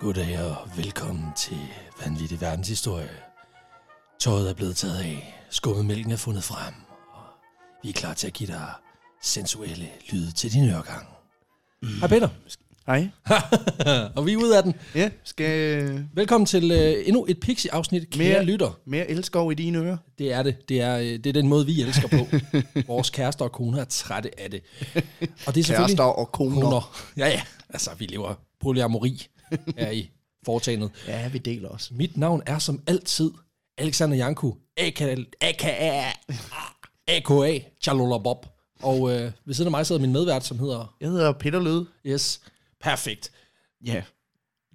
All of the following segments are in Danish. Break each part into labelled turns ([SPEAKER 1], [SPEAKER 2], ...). [SPEAKER 1] Goddag og velkommen til Vanvittig Verdenshistorie. Tøjet er blevet taget af, skummet mælken er fundet frem, og vi er klar til at give dig sensuelle lyde til din øregang. Mm. Hej Peter.
[SPEAKER 2] Hej.
[SPEAKER 1] og vi er ude af den.
[SPEAKER 2] Ja, skal
[SPEAKER 1] Velkommen til øh, endnu et Pixie-afsnit, kære
[SPEAKER 2] Mere-
[SPEAKER 1] lytter.
[SPEAKER 2] mere elskov i dine ører?
[SPEAKER 1] Det er det. Det er, øh, det er den måde, vi elsker på. Vores kærester og koner er trætte af det. Og det er selvfølgelig...
[SPEAKER 2] Kærester og koner.
[SPEAKER 1] koner. Ja, ja. Altså, vi lever polyamori her i foretagendet.
[SPEAKER 2] Ja, vi deler os.
[SPEAKER 1] Mit navn er som altid Alexander Janku, aka, aka, aka Chalola Bob. Og øh, ved siden af mig sidder min medvært, som hedder,
[SPEAKER 2] Jeg hedder Peter Lød.
[SPEAKER 1] yes, perfekt.
[SPEAKER 2] Ja.
[SPEAKER 1] Det er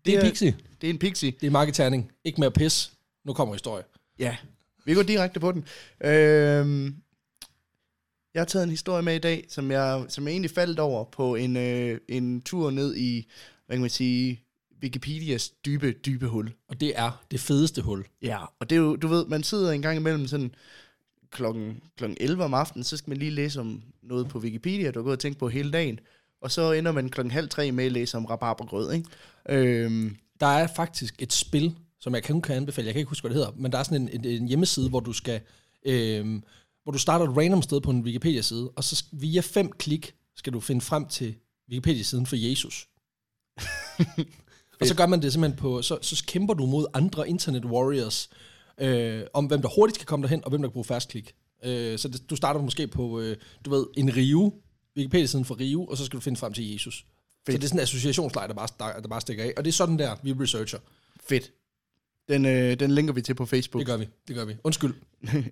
[SPEAKER 2] Det er-
[SPEAKER 1] Pixie,
[SPEAKER 2] Det er en pixie.
[SPEAKER 1] det er marketerning, ikke mere pis. Nu kommer historie.
[SPEAKER 2] Ja. Vi går direkte på den. Øhm, jeg har taget en historie med i dag, som jeg, som jeg egentlig faldt over på en, øh, en tur ned i, hvad kan man sige, Wikipedias dybe, dybe hul.
[SPEAKER 1] Og det er det fedeste hul.
[SPEAKER 2] Ja, og det er jo, du ved, man sidder en gang imellem sådan klokken, klokken 11 om aftenen, så skal man lige læse om noget på Wikipedia, du har gået og tænkt på hele dagen, og så ender man klokken halv tre med at læse om rabarbergrød, ikke? Øhm,
[SPEAKER 1] Der er faktisk et spil, som jeg kun kan anbefale, jeg kan ikke huske, hvad det hedder, men der er sådan en, en, en hjemmeside, hvor du skal, øhm, hvor du starter et random sted på en Wikipedia-side, og så sk- via fem klik skal du finde frem til Wikipedia-siden for Jesus. og så gør man det simpelthen på, så, så kæmper du mod andre internet warriors, øh, om hvem der hurtigt kan komme derhen, og hvem der kan bruge fast klik. Øh, så det, du starter måske på, øh, du ved, en Rio, Wikipedia-siden for Rio, og så skal du finde frem til Jesus. Så det er sådan en associationslej, der bare, der, der bare stikker af. Og det er sådan der, vi researcher.
[SPEAKER 2] fedt. Den, øh, den linker vi til på Facebook.
[SPEAKER 1] Det gør vi, det gør vi. Undskyld,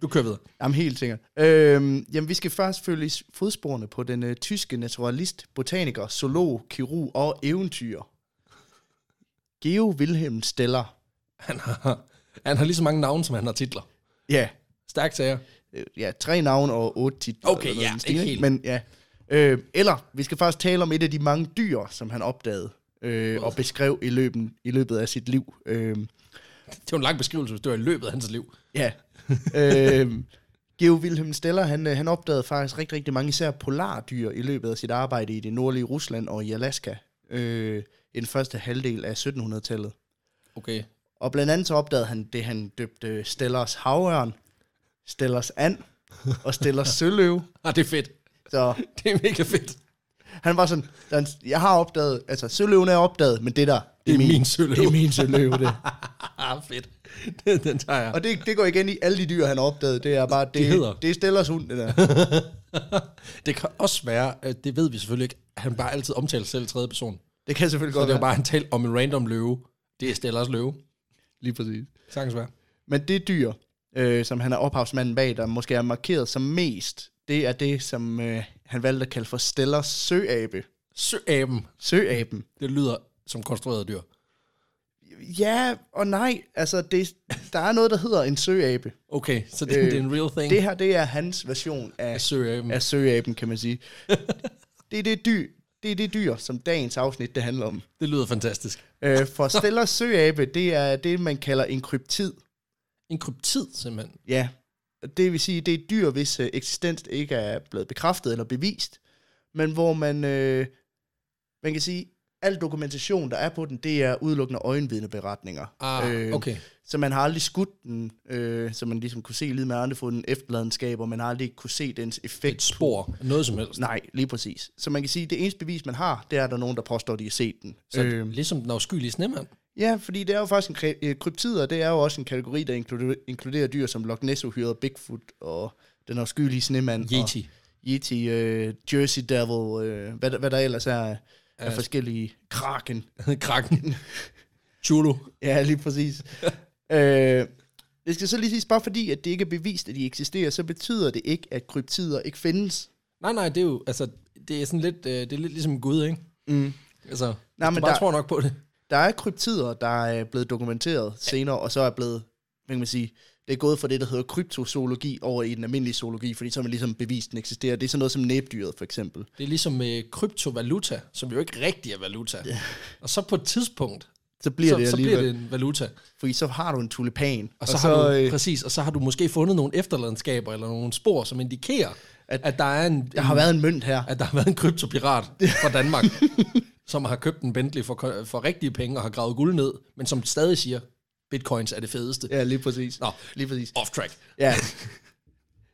[SPEAKER 1] du kører videre.
[SPEAKER 2] Jamen helt sikkert. Øhm, jamen vi skal først følge i s- fodsporene på den øh, tyske naturalist, botaniker, zoolog, kirurg og eventyrer. Geo Wilhelm Steller.
[SPEAKER 1] Han har, han har lige så mange navne, som han har titler.
[SPEAKER 2] Ja,
[SPEAKER 1] Stærkt sager.
[SPEAKER 2] øh, ja, tre navne og otte titler.
[SPEAKER 1] Okay,
[SPEAKER 2] eller noget
[SPEAKER 1] ja,
[SPEAKER 2] i den stil,
[SPEAKER 1] ikke helt.
[SPEAKER 2] Men ja. Øh, eller, vi skal faktisk tale om et af de mange dyr, som han opdagede øh, og beskrev i, løben, i løbet af sit liv. Øh,
[SPEAKER 1] Det var en lang beskrivelse, hvis det var i løbet af hans liv.
[SPEAKER 2] ja. øh, Geo Wilhelm Steller, han, øh, han opdagede faktisk rigtig, rigtig mange især polardyr i løbet af sit arbejde i det nordlige Rusland og i Alaska øh, i den første halvdel af 1700-tallet.
[SPEAKER 1] Okay.
[SPEAKER 2] Og blandt andet så opdagede han det, han døbte Stellers havørn, Stellers and og Stellers søløv.
[SPEAKER 1] Ah, det er fedt.
[SPEAKER 2] Så
[SPEAKER 1] Det er mega fedt.
[SPEAKER 2] Han var sådan, da han, jeg har opdaget, altså søløven er opdaget, men det der,
[SPEAKER 1] Det er min søløve.
[SPEAKER 2] Det er min søløve, det.
[SPEAKER 1] Ah, fedt. Den, den tager jeg.
[SPEAKER 2] Og det, det går igen i alle de dyr, han har opdaget, det er bare, det,
[SPEAKER 1] hedder.
[SPEAKER 2] det er Stellers hund, det der.
[SPEAKER 1] Det kan også være, at det ved vi selvfølgelig ikke, at han bare altid omtaler sig selv i tredje person.
[SPEAKER 2] Det kan selvfølgelig
[SPEAKER 1] Så
[SPEAKER 2] godt
[SPEAKER 1] det var
[SPEAKER 2] være.
[SPEAKER 1] bare, at han talte om en random løve. Det er Stellers løve.
[SPEAKER 2] Lige præcis.
[SPEAKER 1] Sagtens være.
[SPEAKER 2] Men det dyr, øh, som han er ophavsmanden bag, der måske er markeret som mest, det er det, som øh, han valgte at kalde for Stellers søabe.
[SPEAKER 1] Søaben.
[SPEAKER 2] Søaben.
[SPEAKER 1] Det lyder som konstrueret dyr.
[SPEAKER 2] Ja og nej, altså det, der er noget, der hedder en søabe.
[SPEAKER 1] Okay, så det, øh,
[SPEAKER 2] Øh,
[SPEAKER 1] det er en real thing.
[SPEAKER 2] Det her, det er hans version af
[SPEAKER 1] Søaben.
[SPEAKER 2] af søaben, kan man sige. det, er det, dyr, det er det dyr, som dagens afsnit det handler om.
[SPEAKER 1] Det lyder fantastisk.
[SPEAKER 2] Øh, for Stellers søabe, det er det, man kalder en kryptid.
[SPEAKER 1] En kryptid, simpelthen.
[SPEAKER 2] Ja, Og det vil sige, det er et dyr, hvis øh, eksistens ikke er blevet bekræftet eller bevist, men hvor man, øh, man kan sige, al dokumentation, der er på den, det er udelukkende øjenvidneberetninger.
[SPEAKER 1] Ah, øh, okay.
[SPEAKER 2] Så man har aldrig skudt den, øh, så man ligesom kunne se lidt med andre få den efterladenskab, og man har aldrig kunne se dens effekt
[SPEAKER 1] Et spor, noget som helst.
[SPEAKER 2] Nej, lige præcis. Så man kan sige, at det eneste bevis, man har, det er, at der er nogen, der påstår, at de har set den.
[SPEAKER 1] Så
[SPEAKER 2] øh,
[SPEAKER 1] ligesom den afskyelige snemand.
[SPEAKER 2] ja, fordi det er jo faktisk en kre- øh, kryptid, og det er jo også en kategori, der inkluderer, inkluderer dyr som Loch ness uhyret Bigfoot og den afskyelige snemand.
[SPEAKER 1] Yeti.
[SPEAKER 2] Og Yeti, øh, Jersey Devil, øh, hvad, der- hvad der ellers er af
[SPEAKER 1] Ja.
[SPEAKER 2] forskellige kraken.
[SPEAKER 1] Kraken. Chulu.
[SPEAKER 2] Ja, lige præcis. øh, det skal så lige siges, bare fordi, at det ikke er bevist, at de eksisterer, så betyder det ikke, at kryptider ikke findes.
[SPEAKER 1] Nej, nej, det er jo, altså, det er sådan lidt, øh, det er lidt ligesom Gud, ikke?
[SPEAKER 2] Mm.
[SPEAKER 1] Altså, nej,
[SPEAKER 2] Nej,
[SPEAKER 1] hvis du
[SPEAKER 2] men
[SPEAKER 1] bare der...
[SPEAKER 2] der-
[SPEAKER 1] tror nok på det.
[SPEAKER 2] Der er kryptider, der er blevet dokumenteret senere, og så er blevet, hvad kan man sige, det er gået fra det, der hedder kryptozoologi over i den almindelige zoologi, fordi så har man ligesom bevist, den eksisterer. Det er sådan noget som næbdyret, for eksempel.
[SPEAKER 1] Det er ligesom med kryptovaluta, som jo ikke rigtig er valuta. Yeah. Og så på et tidspunkt,
[SPEAKER 2] Så bliver
[SPEAKER 1] så,
[SPEAKER 2] det
[SPEAKER 1] så
[SPEAKER 2] alligevel,
[SPEAKER 1] bliver det en valuta. Og,
[SPEAKER 2] fordi så har du en tulipan. Og,
[SPEAKER 1] og så, så har du, øh... præcis, og så har du måske fundet nogle efterladenskaber eller nogle spor, som indikerer, at, at der er en,
[SPEAKER 2] der har været en mønt her.
[SPEAKER 1] at der har været en kryptopirat fra Danmark, som har købt en Bentley for, for rigtige penge og har gravet guld ned, men som stadig siger, bitcoins er det fedeste.
[SPEAKER 2] Ja, lige præcis.
[SPEAKER 1] Nå.
[SPEAKER 2] Lige præcis.
[SPEAKER 1] Off track.
[SPEAKER 2] Ja.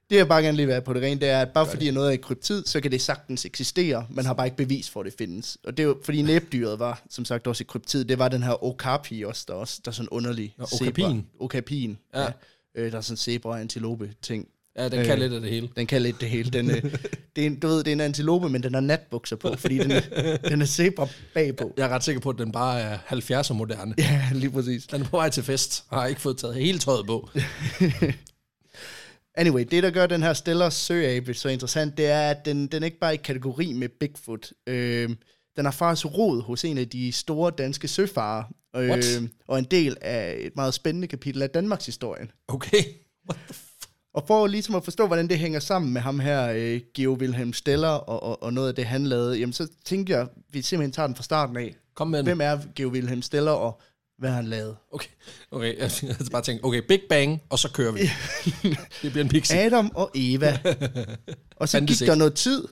[SPEAKER 2] Det jeg bare gerne lige vil have på det rene, det er, at bare fordi noget er i kryptid, så kan det sagtens eksistere. Man har bare ikke bevis for, at det findes. Og det er jo, fordi næbdyret var, som sagt, også i kryptid. Det var den her okapi også, der, også, der er sådan en underlig
[SPEAKER 1] Nå,
[SPEAKER 2] zebra.
[SPEAKER 1] okapien.
[SPEAKER 2] Okapien, ja.
[SPEAKER 1] Ja.
[SPEAKER 2] ja. Øh, der er sådan en zebra-antilope-ting.
[SPEAKER 1] Ja, den øh. kan lidt af det hele.
[SPEAKER 2] Den kan lidt det hele. Den, øh, det er en, du ved, det er en antilope, men den har natbukser på, fordi den, den er zebra bagpå.
[SPEAKER 1] Jeg er ret sikker på, at den bare er 70'er moderne.
[SPEAKER 2] Ja, lige præcis.
[SPEAKER 1] Den er på vej til fest og har ikke fået taget hele tøjet på.
[SPEAKER 2] Anyway, det der gør den her Stellars søabe så interessant, det er, at den, den er ikke bare i kategori med Bigfoot. Øh, den har faktisk rod hos en af de store danske søfarer,
[SPEAKER 1] What?
[SPEAKER 2] øh, og en del af et meget spændende kapitel af Danmarks historie.
[SPEAKER 1] Okay. What the f-
[SPEAKER 2] Og for ligesom at forstå, hvordan det hænger sammen med ham her, øh, Geo Wilhelm Steller, og, og, og noget af det, han lavede, jamen så tænkte jeg, vi simpelthen tager den fra starten af.
[SPEAKER 1] Kom med den.
[SPEAKER 2] Hvem er Geo Wilhelm Steller, og hvad har han lavet?
[SPEAKER 1] Okay, okay. jeg havde bare tænkt, okay, Big Bang, og så kører vi. det bliver en pixie.
[SPEAKER 2] Adam og Eva. Og så gik
[SPEAKER 1] Fandtes
[SPEAKER 2] der noget tid.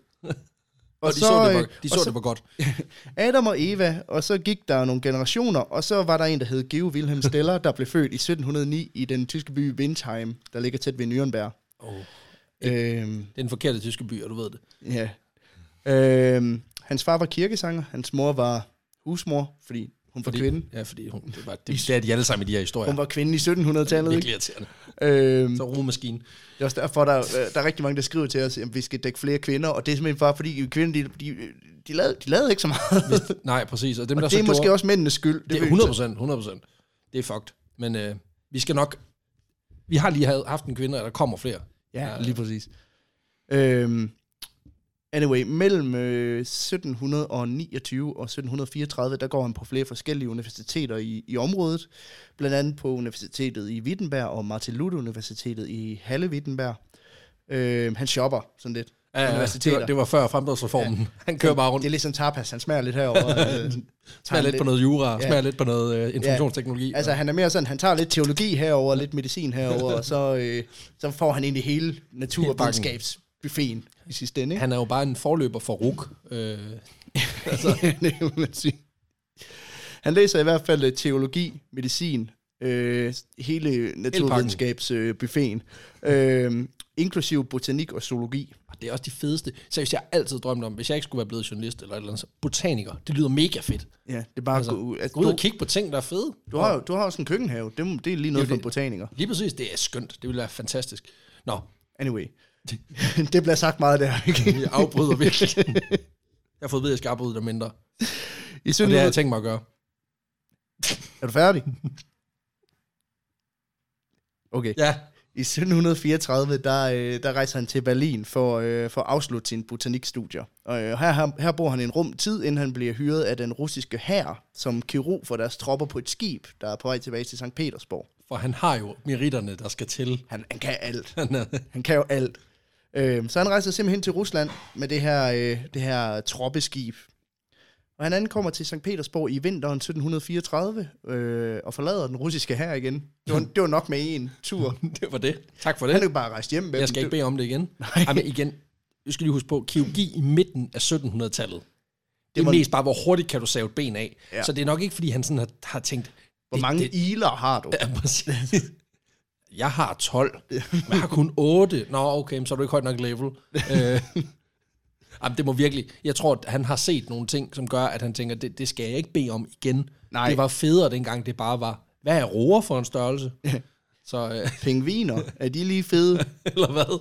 [SPEAKER 1] Og, de så, så, det,
[SPEAKER 2] øh,
[SPEAKER 1] var, de
[SPEAKER 2] og
[SPEAKER 1] så, så det var godt.
[SPEAKER 2] Adam og Eva, og så gik der nogle generationer, og så var der en, der hed Geo Wilhelm Steller, der blev født i 1709 i den tyske by Windheim, der ligger tæt ved Nürnberg.
[SPEAKER 1] Oh.
[SPEAKER 2] Øhm,
[SPEAKER 1] Det er den forkerte tyske by, og du ved det.
[SPEAKER 2] ja. øhm, hans far var kirkesanger, hans mor var husmor, fordi hun var
[SPEAKER 1] Fordi,
[SPEAKER 2] kvinde.
[SPEAKER 1] Ja, fordi hun, det, var, det, det er de alle sammen i de her historier.
[SPEAKER 2] Hun
[SPEAKER 1] Hun var
[SPEAKER 2] var kvinde i
[SPEAKER 1] det
[SPEAKER 2] 1700-tallet,
[SPEAKER 1] er
[SPEAKER 2] ikke?
[SPEAKER 1] virkelig irriterende.
[SPEAKER 2] Øhm,
[SPEAKER 1] Så romaskinen.
[SPEAKER 2] det er også derfor, der, øh, der er rigtig mange, der skriver til os, at vi skal dække flere kvinder, og det er simpelthen bare, fordi kvinder, de, de, de, lavede, de lavede ikke så meget.
[SPEAKER 1] Nej, præcis. Og dem, der
[SPEAKER 2] det er
[SPEAKER 1] så
[SPEAKER 2] måske
[SPEAKER 1] gjorde,
[SPEAKER 2] også mændenes skyld.
[SPEAKER 1] det
[SPEAKER 2] ved
[SPEAKER 1] er
[SPEAKER 2] vi ikke.
[SPEAKER 1] 100 procent, 100 procent. Det er fucked. Men øh, vi skal nok... Vi har lige havde- haft en kvinde, og der kommer flere.
[SPEAKER 2] Ja, lige præcis. Øhm, anyway, mellem øh, 1729 og 1734, der går han på flere forskellige universiteter i, i området. Blandt andet på universitetet i Wittenberg og Martin Luther Universitetet i Halle Wittenberg. Øhm, han shopper sådan lidt.
[SPEAKER 1] Ja, ja, det, var, det var før fremdriftsreformen. Ja. Han kører bare rundt,
[SPEAKER 2] Det er ligesom tapas, han smager lidt herovre. øh, tager
[SPEAKER 1] smager lidt på noget jura, ja. smager lidt på noget øh, informationsteknologi.
[SPEAKER 2] Altså han er mere sådan, han tager lidt teologi herover, og lidt medicin herover, og så, øh, så får han egentlig hele naturvidenskabsbuffeten i sidste ende. ikke?
[SPEAKER 1] Han er jo bare en forløber for RUK. Øh,
[SPEAKER 2] altså. det må man sige. Han læser i hvert fald øh, teologi, medicin, øh, hele naturvidenskabsbuffeten, øh, buffeten, øh, inklusiv botanik og zoologi.
[SPEAKER 1] og det er også de fedeste. Seriøst, jeg har altid drømt om, hvis jeg ikke skulle være blevet journalist eller et eller andet, så botaniker, det lyder mega fedt.
[SPEAKER 2] Ja, det er bare altså, gå ud. Altså,
[SPEAKER 1] Gå ud
[SPEAKER 2] du,
[SPEAKER 1] og kigge på ting, der er fede.
[SPEAKER 2] du, har, jo- du har også en køkkenhave, det, må- det er lige noget for en botaniker.
[SPEAKER 1] Lige præcis, det er skønt. Det ville være fantastisk. Nå,
[SPEAKER 2] Anyway, det bliver sagt meget der. Ikke?
[SPEAKER 1] jeg afbryder virkelig. Jeg har fået at vide, at jeg skal afbryde dig mindre. Og
[SPEAKER 2] I
[SPEAKER 1] det har jeg
[SPEAKER 2] synes,
[SPEAKER 1] tænkt mig at gøre.
[SPEAKER 2] er du færdig? Okay.
[SPEAKER 1] Ja,
[SPEAKER 2] I 1734, der, øh, der rejser han til Berlin for, øh, for at afslutte sine botanikstudier. Og øh, her, her, her bor han en rum tid, inden han bliver hyret af den russiske hær, som kirurg for deres tropper på et skib, der er på vej tilbage til St. Petersborg.
[SPEAKER 1] for han har jo meritterne, der skal til.
[SPEAKER 2] Han, han kan alt.
[SPEAKER 1] Han er,
[SPEAKER 2] Han kan jo alt. Øh, så han rejser simpelthen til Rusland med det her, øh, det her troppeskib. Og han ankommer til St. Petersborg i vinteren 1734 øh, og forlader den russiske hær igen. Det var, det var nok med en tur.
[SPEAKER 1] det var det. Tak for det.
[SPEAKER 2] Han er jo bare rejst hjem med
[SPEAKER 1] Jeg
[SPEAKER 2] dem.
[SPEAKER 1] skal ikke bede om det igen. Ej, men igen, du skal lige huske på, kirurgi i midten af 1700-tallet. Det, det
[SPEAKER 2] var-
[SPEAKER 1] er mest bare, hvor hurtigt kan du save et ben af.
[SPEAKER 2] Ja.
[SPEAKER 1] Ja. Så det er nok ikke, fordi han sådan har, har tænkt...
[SPEAKER 2] Hvor mange
[SPEAKER 1] Det,
[SPEAKER 2] iler har du?
[SPEAKER 1] det, ja, præcis. Jeg har 12. Jeg har kun 8. Nå, okay, men så er du ikke højt nok level. Øh, jamen, det må virkelig... Jeg tror, at han har set nogle ting, som gør, at han tænker, det, det skal jeg ikke bede om igen.
[SPEAKER 2] Nej.
[SPEAKER 1] Det var federe dengang, det bare var, hvad er roer for en størrelse? så, øh,
[SPEAKER 2] Pingviner, er de lige fede?
[SPEAKER 1] eller hvad?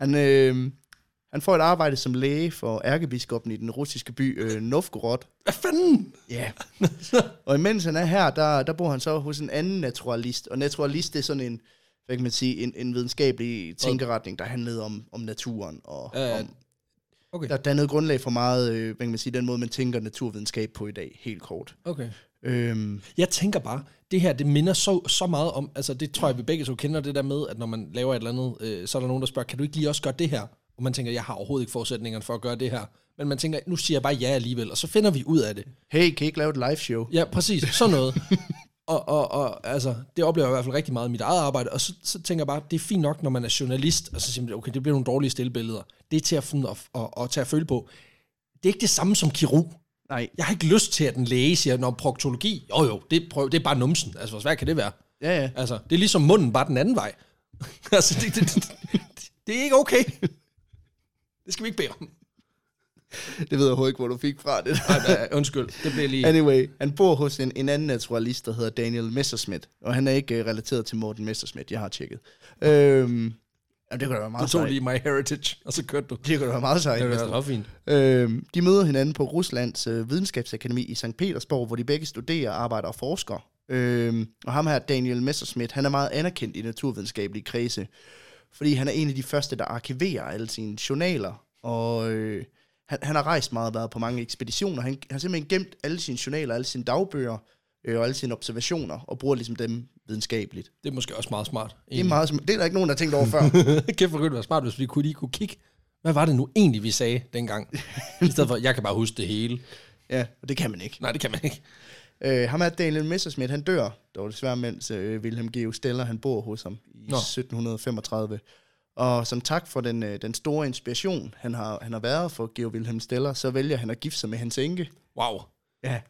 [SPEAKER 2] Han, øh, han får et arbejde som læge for ærkebiskoppen i den russiske by øh, Novgorod.
[SPEAKER 1] Hvad fanden?
[SPEAKER 2] Ja. og imens han er her, der, der bor han så hos en anden naturalist. Og naturalist, det er sådan en, hvad kan man sige, en, en videnskabelig tænkeretning, der handlede om, om naturen. Og
[SPEAKER 1] Ja, ja.
[SPEAKER 2] om,
[SPEAKER 1] Okay.
[SPEAKER 2] Der dannede grundlag for meget, øh, hvad kan man sige, den måde, man tænker naturvidenskab på i dag, helt kort.
[SPEAKER 1] Okay.
[SPEAKER 2] Øhm,
[SPEAKER 1] Jeg tænker bare, det her, det minder så, så meget om, altså det tror jeg, vi begge to kender det der med, at når man laver et eller andet, øh, så er der nogen, der spørger, kan du ikke lige også gøre det her? Og man tænker, jeg har overhovedet ikke forudsætningerne for at gøre det her. Men man tænker, nu siger jeg bare ja alligevel, og så finder vi ud af det.
[SPEAKER 2] hey, kan I ikke lave et live show?
[SPEAKER 1] Ja, præcis, sådan noget. og, og, og altså, det oplever jeg i hvert fald rigtig meget i mit eget arbejde, og så, så tænker jeg bare, det er fint nok, når man er journalist, og så siger man, okay, det bliver nogle dårlige stillbilleder. Det er til at, finde, at, at, at tage at føle på. det er ikke det samme som kirurg.
[SPEAKER 2] Nej.
[SPEAKER 1] Jeg har ikke lyst til, at en læge siger, når proktologi, jo jo, det, prøv, det er bare numsen. Altså, hvor svært kan det være?
[SPEAKER 2] Ja, ja.
[SPEAKER 1] Altså, det er ligesom munden bare den anden vej. altså, det, det, det, det er ikke okay. Det skal vi ikke bede om.
[SPEAKER 2] Det ved jeg overhovedet ikke, hvor du fik fra det.
[SPEAKER 1] Ej, nej, undskyld, det bliver lige...
[SPEAKER 2] Anyway, han bor hos en, en anden naturalist, der hedder Daniel Messerschmidt. Og han er ikke uh, relateret til Morten Messerschmidt, jeg har tjekket. Øhm, jamen, det kunne da være
[SPEAKER 1] Du
[SPEAKER 2] meget
[SPEAKER 1] tog
[SPEAKER 2] sejt.
[SPEAKER 1] lige My Heritage, og så kørte du.
[SPEAKER 2] Det kunne da være meget sejt.
[SPEAKER 1] Det
[SPEAKER 2] hvis
[SPEAKER 1] var ret fint.
[SPEAKER 2] Øhm, de møder hinanden på Ruslands øh, videnskabsakademi i St. Petersborg, hvor de begge studerer, arbejder og forsker. Øhm, og ham her, Daniel Messerschmidt, han er meget anerkendt i naturvidenskabelige kredse, fordi han er en af de første, der arkiverer alle sine journaler. Og øh, han, han har rejst meget og været på mange ekspeditioner. Han han har simpelthen gemt alle sine journaler, alle sine dagbøger øh, og alle sine observationer, og bruger ligesom dem videnskabeligt.
[SPEAKER 1] Det er måske også meget smart.
[SPEAKER 2] Det er, meget, sm- det er der ikke nogen, der har tænkt over før.
[SPEAKER 1] Kæft for godt være smart, hvis vi kunne lige kunne kigge. Hvad var det nu egentlig, vi sagde dengang? I stedet for, jeg kan bare huske det hele.
[SPEAKER 2] ja, og det kan man ikke.
[SPEAKER 1] Nej, det kan man ikke.
[SPEAKER 2] Øh, ham er Daniel Messerschmidt, han dør dog desværre, mens øh, Wilhelm Geo Steller, han bor hos ham i
[SPEAKER 1] Nå.
[SPEAKER 2] Nå. 1735. Og som tak for den, øh, den store inspiration, han har, han har været for Geo Wilhelm Steller, så vælger han at gifte sig med hans enke.
[SPEAKER 1] Wow.
[SPEAKER 2] Ja.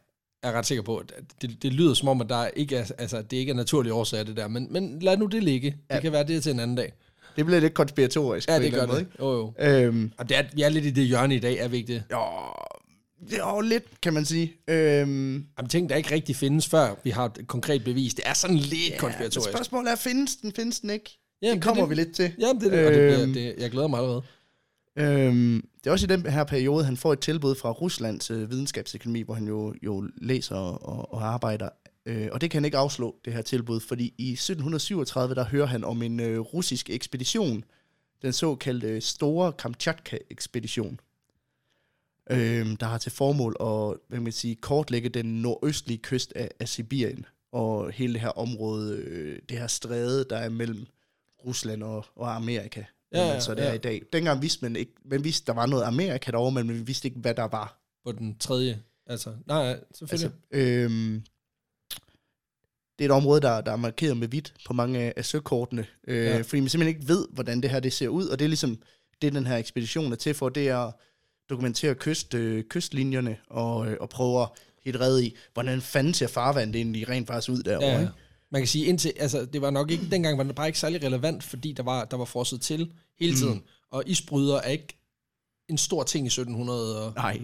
[SPEAKER 1] Jeg er ret sikker på, at det, det lyder som om, at der ikke er, altså, det ikke er naturlige årsager, det der. Men, men lad nu det ligge. Det
[SPEAKER 2] Ja.
[SPEAKER 1] kan være, det er til en anden dag.
[SPEAKER 2] Det bliver lidt konspiratorisk.
[SPEAKER 1] Ja,
[SPEAKER 2] på en
[SPEAKER 1] det
[SPEAKER 2] eller
[SPEAKER 1] gør
[SPEAKER 2] anden
[SPEAKER 1] det. Jo, jo.
[SPEAKER 2] Måde, ikke? Øhm,
[SPEAKER 1] Og det er, vi er lidt i det hjørne i dag, er vi ikke det?
[SPEAKER 2] jo, jo, lidt, kan man sige. Øhm,
[SPEAKER 1] Jamen, ting, der ikke rigtig findes, før vi har et konkret bevis. Det er sådan lidt ja,
[SPEAKER 2] ja, men
[SPEAKER 1] konspiratorisk.
[SPEAKER 2] spørgsmålet er, findes den, findes den ikke?
[SPEAKER 1] Jamen,
[SPEAKER 2] det kommer
[SPEAKER 1] er
[SPEAKER 2] vi lidt til.
[SPEAKER 1] Jamen, det er det. Og det,
[SPEAKER 2] Øhm.
[SPEAKER 1] bliver, det, jeg glæder mig allerede.
[SPEAKER 2] Øhm, det er også i den her periode, han får et tilbud fra Ruslands øh, videnskabsøkonomi, hvor han jo, jo læser og, og arbejder. Øh, og det kan han ikke afslå, det her tilbud, fordi i 1737, der hører han om en øh, russisk ekspedition, den såkaldte øh, Store Kamchatka-ekspedition, øhm, der har til formål at hvad kan man sige, kortlægge den nordøstlige kyst af, af Sibirien og hele det her område, øh, det her stræde, der er mellem Rusland og, og Amerika.
[SPEAKER 1] Ja,
[SPEAKER 2] Ja,
[SPEAKER 1] ja,
[SPEAKER 2] så det
[SPEAKER 1] ja.
[SPEAKER 2] er i dag. Dengang vidste man ikke, man vidste, der var noget Amerika derovre, men vi vidste ikke, hvad der var.
[SPEAKER 1] På den tredje. Altså, nej, nej,
[SPEAKER 2] Altså,
[SPEAKER 1] selvfølgelig.
[SPEAKER 2] øhm, det er et område, der, der er markeret med hvidt på mange af, af søkortene, øh,
[SPEAKER 1] Ja.
[SPEAKER 2] ja. fordi man simpelthen ikke ved, hvordan det her det ser ud, og det er ligesom det, den her ekspedition er til for, det er at dokumentere kyst, øh, kystlinjerne og, øh, og prøve at helt redde i, hvordan fanden ser farvandet egentlig rent faktisk ud derovre.
[SPEAKER 1] Ja,
[SPEAKER 2] Ja.
[SPEAKER 1] ja. Man kan sige, indtil, altså, det var nok ikke, dengang var det bare ikke særlig relevant, fordi der var, der var frosset til hele tiden. Mm. Og isbryder er ikke en stor ting i 1739.
[SPEAKER 2] Nej,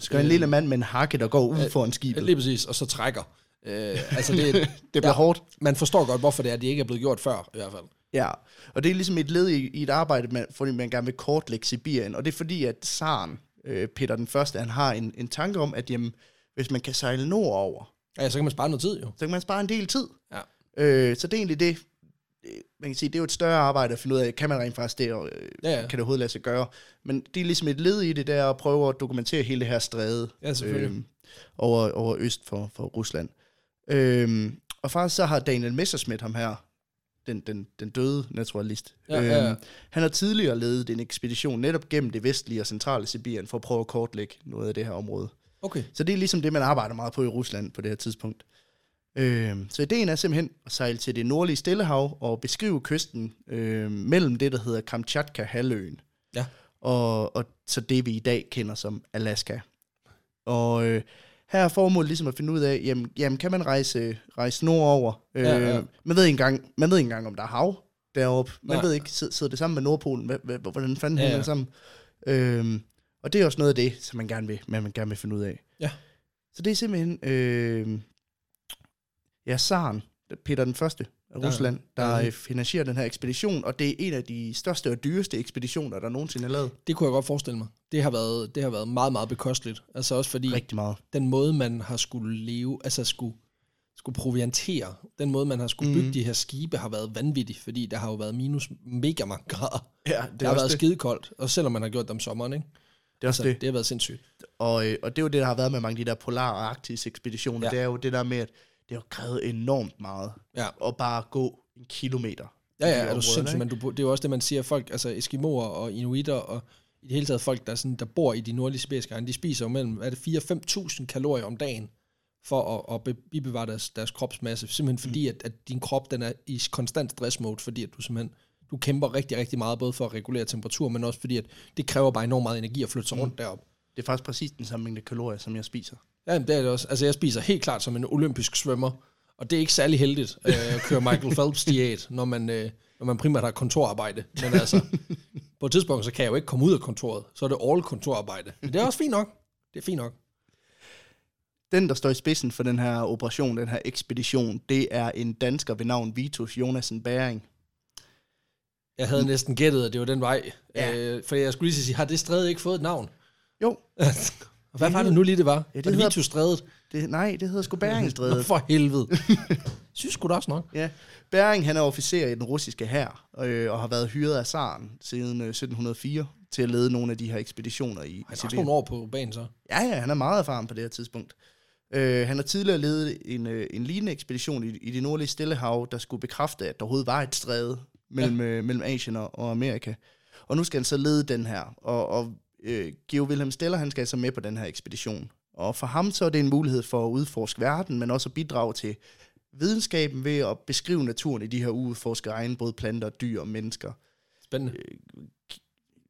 [SPEAKER 1] Skal
[SPEAKER 2] gør
[SPEAKER 1] Øh,
[SPEAKER 2] en lille mand med en hakke, der går ud foran skibet.
[SPEAKER 1] Lige præcis, og så trækker. Øh, altså, det,
[SPEAKER 2] Det bliver hårdt.
[SPEAKER 1] man forstår godt, hvorfor det er, at det ikke er blevet gjort før, i hvert fald.
[SPEAKER 2] Ja, og det er ligesom et led i, i et arbejde, man, fordi man gerne vil kortlægge Sibirien, og det er fordi, at zaren, øh, Peter den Første, han har en, en tanke om, at jamen, hvis man kan sejle nordover,
[SPEAKER 1] Ja, så kan man spare noget tid, jo.
[SPEAKER 2] så kan man spare en del tid.
[SPEAKER 1] Ja.
[SPEAKER 2] Øh, så det er egentlig det, øh, man kan sige, det er jo et større arbejde at finde ud af, kan man rent faktisk det, og øh,
[SPEAKER 1] Ja,
[SPEAKER 2] ja,
[SPEAKER 1] ja.
[SPEAKER 2] ja. kan det overhovedet lade sig gøre. Men det er ligesom et led i det der, at prøve at dokumentere hele det her stræde
[SPEAKER 1] Ja, selvfølgelig.
[SPEAKER 2] øhm, over, over øst for, for Rusland. Øhm, og faktisk så har Daniel Messerschmidt ham her, den, den, den døde naturalist, øhm,
[SPEAKER 1] Ja, ja, ja.
[SPEAKER 2] han har tidligere ledet en ekspedition netop gennem det vestlige og centrale Sibirien for at prøve at kortlægge noget af det her område.
[SPEAKER 1] Okay.
[SPEAKER 2] Så det er ligesom det, man arbejder meget på i Rusland på det her tidspunkt. Øhm, så ideen er simpelthen at sejle til det nordlige Stillehav og beskrive kysten øhm, mellem det, der hedder Kamchatka-halvøen,
[SPEAKER 1] Ja.
[SPEAKER 2] og, og så det, vi i dag kender som Alaska. Og øh, her er formålet ligesom at finde ud af, jamen, jamen kan man rejse, rejse nordover? Øh,
[SPEAKER 1] Ja, ja.
[SPEAKER 2] Man, ved ikke engang, man ved ikke engang, om der er hav deroppe. Man
[SPEAKER 1] Nej.
[SPEAKER 2] ved ikke, sidder, sidder det sammen med Nordpolen? Hva- hva- Hvordan fanden
[SPEAKER 1] Ja,
[SPEAKER 2] hænger
[SPEAKER 1] ja.
[SPEAKER 2] det sammen? Øhm, og det er også noget af det, som man gerne vil, man, man gerne vil finde ud af.
[SPEAKER 1] Ja.
[SPEAKER 2] Så det er simpelthen, øh, ja, Saren, Peter den Første af
[SPEAKER 1] Der-
[SPEAKER 2] Rusland, der,
[SPEAKER 1] der-
[SPEAKER 2] der finansierer den her ekspedition, og det er en af de største og dyreste ekspeditioner, der nogensinde er lavet.
[SPEAKER 1] Det kunne jeg godt forestille mig. Det har været, det har været meget, meget bekosteligt. Altså også fordi
[SPEAKER 2] Rigtig meget.
[SPEAKER 1] den måde, man har skulle leve, altså skulle, skulle proviantere, den måde, man har skulle
[SPEAKER 2] Mm.
[SPEAKER 1] bygge de her skibe, har været vanvittig, fordi der har jo været minus mega mange grader.
[SPEAKER 2] Ja,
[SPEAKER 1] Det Altså, har været skidekoldt, og selvom man har gjort det om sommeren, ikke?
[SPEAKER 2] Det er også
[SPEAKER 1] Så
[SPEAKER 2] det.
[SPEAKER 1] det har været sindssygt.
[SPEAKER 2] Og, øh, og det er jo det, der har været med mange af de der polar- og arktis ekspeditioner.
[SPEAKER 1] Ja.
[SPEAKER 2] Ja. Det er jo det der med, at det har krævet enormt meget
[SPEAKER 1] Ja.
[SPEAKER 2] at bare gå en kilometer.
[SPEAKER 1] Ja,
[SPEAKER 2] i
[SPEAKER 1] ja,
[SPEAKER 2] de
[SPEAKER 1] er du
[SPEAKER 2] områder,
[SPEAKER 1] sindssyg,
[SPEAKER 2] ikke?
[SPEAKER 1] men du, bo- det er jo også det, man siger, at folk, altså eskimoer og inuiter og i det hele taget folk, der, sådan, der bor i de nordlige sibiriske egne, de spiser jo mellem, er det 4-5.000 kalorier om dagen, for at, at be- bibevare deres, deres kropsmasse, simpelthen fordi,
[SPEAKER 2] Mm.
[SPEAKER 1] at, at din krop den er i konstant stressmode, fordi at du simpelthen du
[SPEAKER 2] Mm.
[SPEAKER 1] kæmper rigtig, rigtig meget, både for at regulere temperatur, men også fordi, at det kræver bare enormt meget energi at flytte sig rundt derop.
[SPEAKER 2] Det er faktisk præcis den samme mængde kalorier, som jeg spiser.
[SPEAKER 1] Ja, det er det også. Altså, jeg spiser helt klart som en olympisk svømmer, og det er ikke særlig heldigt øh, at køre Michael Phelps diæt, når man, øh, når man primært har kontorarbejde. Men altså, på et tidspunkt, så kan jeg jo ikke komme ud af kontoret. Så er det all kontorarbejde. Men det er også fint nok. Det er fint nok.
[SPEAKER 2] Den, der står i spidsen for den her operation, den her ekspedition, det er en dansker ved navn Vitus Jonasen Bæring.
[SPEAKER 1] Jeg havde næsten gættet, at det var den vej.
[SPEAKER 2] Ja.
[SPEAKER 1] Ja. Øh, for jeg skulle lige til at sige, har det stræde ikke fået et navn?
[SPEAKER 2] Jo,
[SPEAKER 1] Og Hvad var det nu lige, det var? Ja,
[SPEAKER 2] det
[SPEAKER 1] det var det
[SPEAKER 2] hedder-
[SPEAKER 1] Vitus Strædet?
[SPEAKER 2] det, nej, det hedder sgu
[SPEAKER 1] Nå,
[SPEAKER 2] Bæringsstrædet.
[SPEAKER 1] For helvede. Synes sgu da også nok.
[SPEAKER 2] Ja, Bering han er officer i den russiske hær, øh, og har været hyret af zaren siden øh, 1704 til at lede nogle af de her ekspeditioner i, i
[SPEAKER 1] Han er også
[SPEAKER 2] Sibirien.
[SPEAKER 1] nogle år på banen, så.
[SPEAKER 2] Ja, ja, han er meget erfaren på det her tidspunkt. Øh, han har tidligere ledet en, øh, en lignende ekspedition i, i det nordlige Stillehav, der skulle bekræfte, at der overhovedet var et stræde mellem, ja. øh, mellem Asien og, og Amerika. Og nu skal han så lede den her, og, og øh, Geo Wilhelm Steller, han skal altså med på den her ekspedition. Og for ham så er det en mulighed for at udforske verden, men også at bidrage til videnskaben ved at beskrive naturen i de her uudforskede egne, både planter, dyr og mennesker
[SPEAKER 1] Spændende.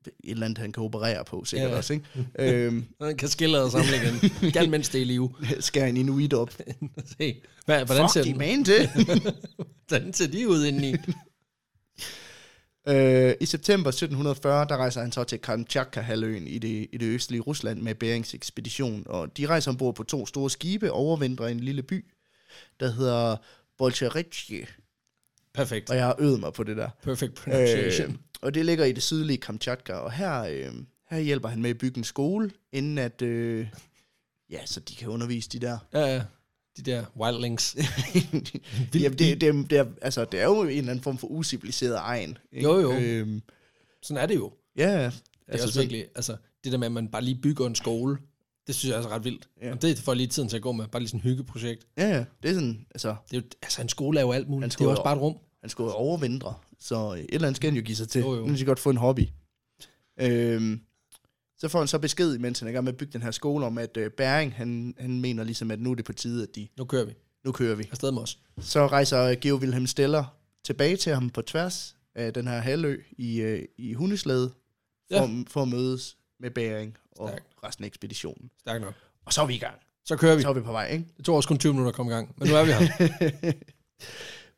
[SPEAKER 2] et eller andet, han kan operere på, sikkert
[SPEAKER 1] Ja,
[SPEAKER 2] ja.
[SPEAKER 1] ja.
[SPEAKER 2] også, ikke? øhm,
[SPEAKER 1] Han kan skille og samle igen. Gerne mens det er i live.
[SPEAKER 2] skære en inuit op.
[SPEAKER 1] Se, hvad, hvordan, ser
[SPEAKER 2] Fuck, I
[SPEAKER 1] den,
[SPEAKER 2] man det!
[SPEAKER 1] hvordan ser de ud indeni?
[SPEAKER 2] Øh, I september 1740, der rejser han så til Kamchatka-halvøen i det, i det østlige Rusland med Berings ekspedition, og de rejser ombord på to store skibe, overvintrer i en lille by, der hedder Bolcheretje,
[SPEAKER 1] Perfekt.
[SPEAKER 2] og jeg har øvet mig på det der.
[SPEAKER 1] Perfect pronunciation.
[SPEAKER 2] Øh, og det ligger i det sydlige Kamchatka, og her, øh, her hjælper han med at bygge en skole, inden at, øh, ja, så de kan undervise de der
[SPEAKER 1] Ja, ja. de der wildlings.
[SPEAKER 2] Jamen, det, det, det, er, altså, det er jo en eller anden form for usiviliseret egen. Ikke?
[SPEAKER 1] Jo, jo.
[SPEAKER 2] Øhm,
[SPEAKER 1] Sådan er det jo. Det
[SPEAKER 2] ja, ja.
[SPEAKER 1] er altså, også
[SPEAKER 2] sådan-
[SPEAKER 1] virkelig, altså, det der med, at man bare lige bygger en skole, det synes jeg er altså ret vildt.
[SPEAKER 2] Ja.
[SPEAKER 1] Ja. Og det får lige tiden til at gå med. Bare lige sådan et hyggeprojekt.
[SPEAKER 2] Ja, ja. Det er sådan, altså,
[SPEAKER 1] Det er jo, altså, en skole er jo alt
[SPEAKER 2] En
[SPEAKER 1] muligt. Det er
[SPEAKER 2] skole
[SPEAKER 1] jo også
[SPEAKER 2] er-
[SPEAKER 1] bare et rum.
[SPEAKER 2] han skulle jo overvintre, så et eller andet skal han jo give sig til.
[SPEAKER 1] Jo, jo.
[SPEAKER 2] Nu kan de godt få en hobby. Øhm, så får han så besked, mens han er i gang med at bygge den her skole, om at øh, Bæring, han, han mener ligesom, at nu er det på tide, at de,
[SPEAKER 1] Nu kører vi.
[SPEAKER 2] nu kører vi.
[SPEAKER 1] Afsted med os.
[SPEAKER 2] Så rejser Geo Wilhelm Steller tilbage til ham på tværs af den her halvø i, øh, i hundeslæde, for,
[SPEAKER 1] Ja.
[SPEAKER 2] ja. for at mødes med Bæring og
[SPEAKER 1] Stærkt.
[SPEAKER 2] resten af ekspeditionen.
[SPEAKER 1] Stærkt nok.
[SPEAKER 2] Og så er vi i gang.
[SPEAKER 1] Så kører vi.
[SPEAKER 2] Så er vi på vej, ikke?
[SPEAKER 1] Det tog også kun 20 minutter at komme i gang. Men nu er vi her.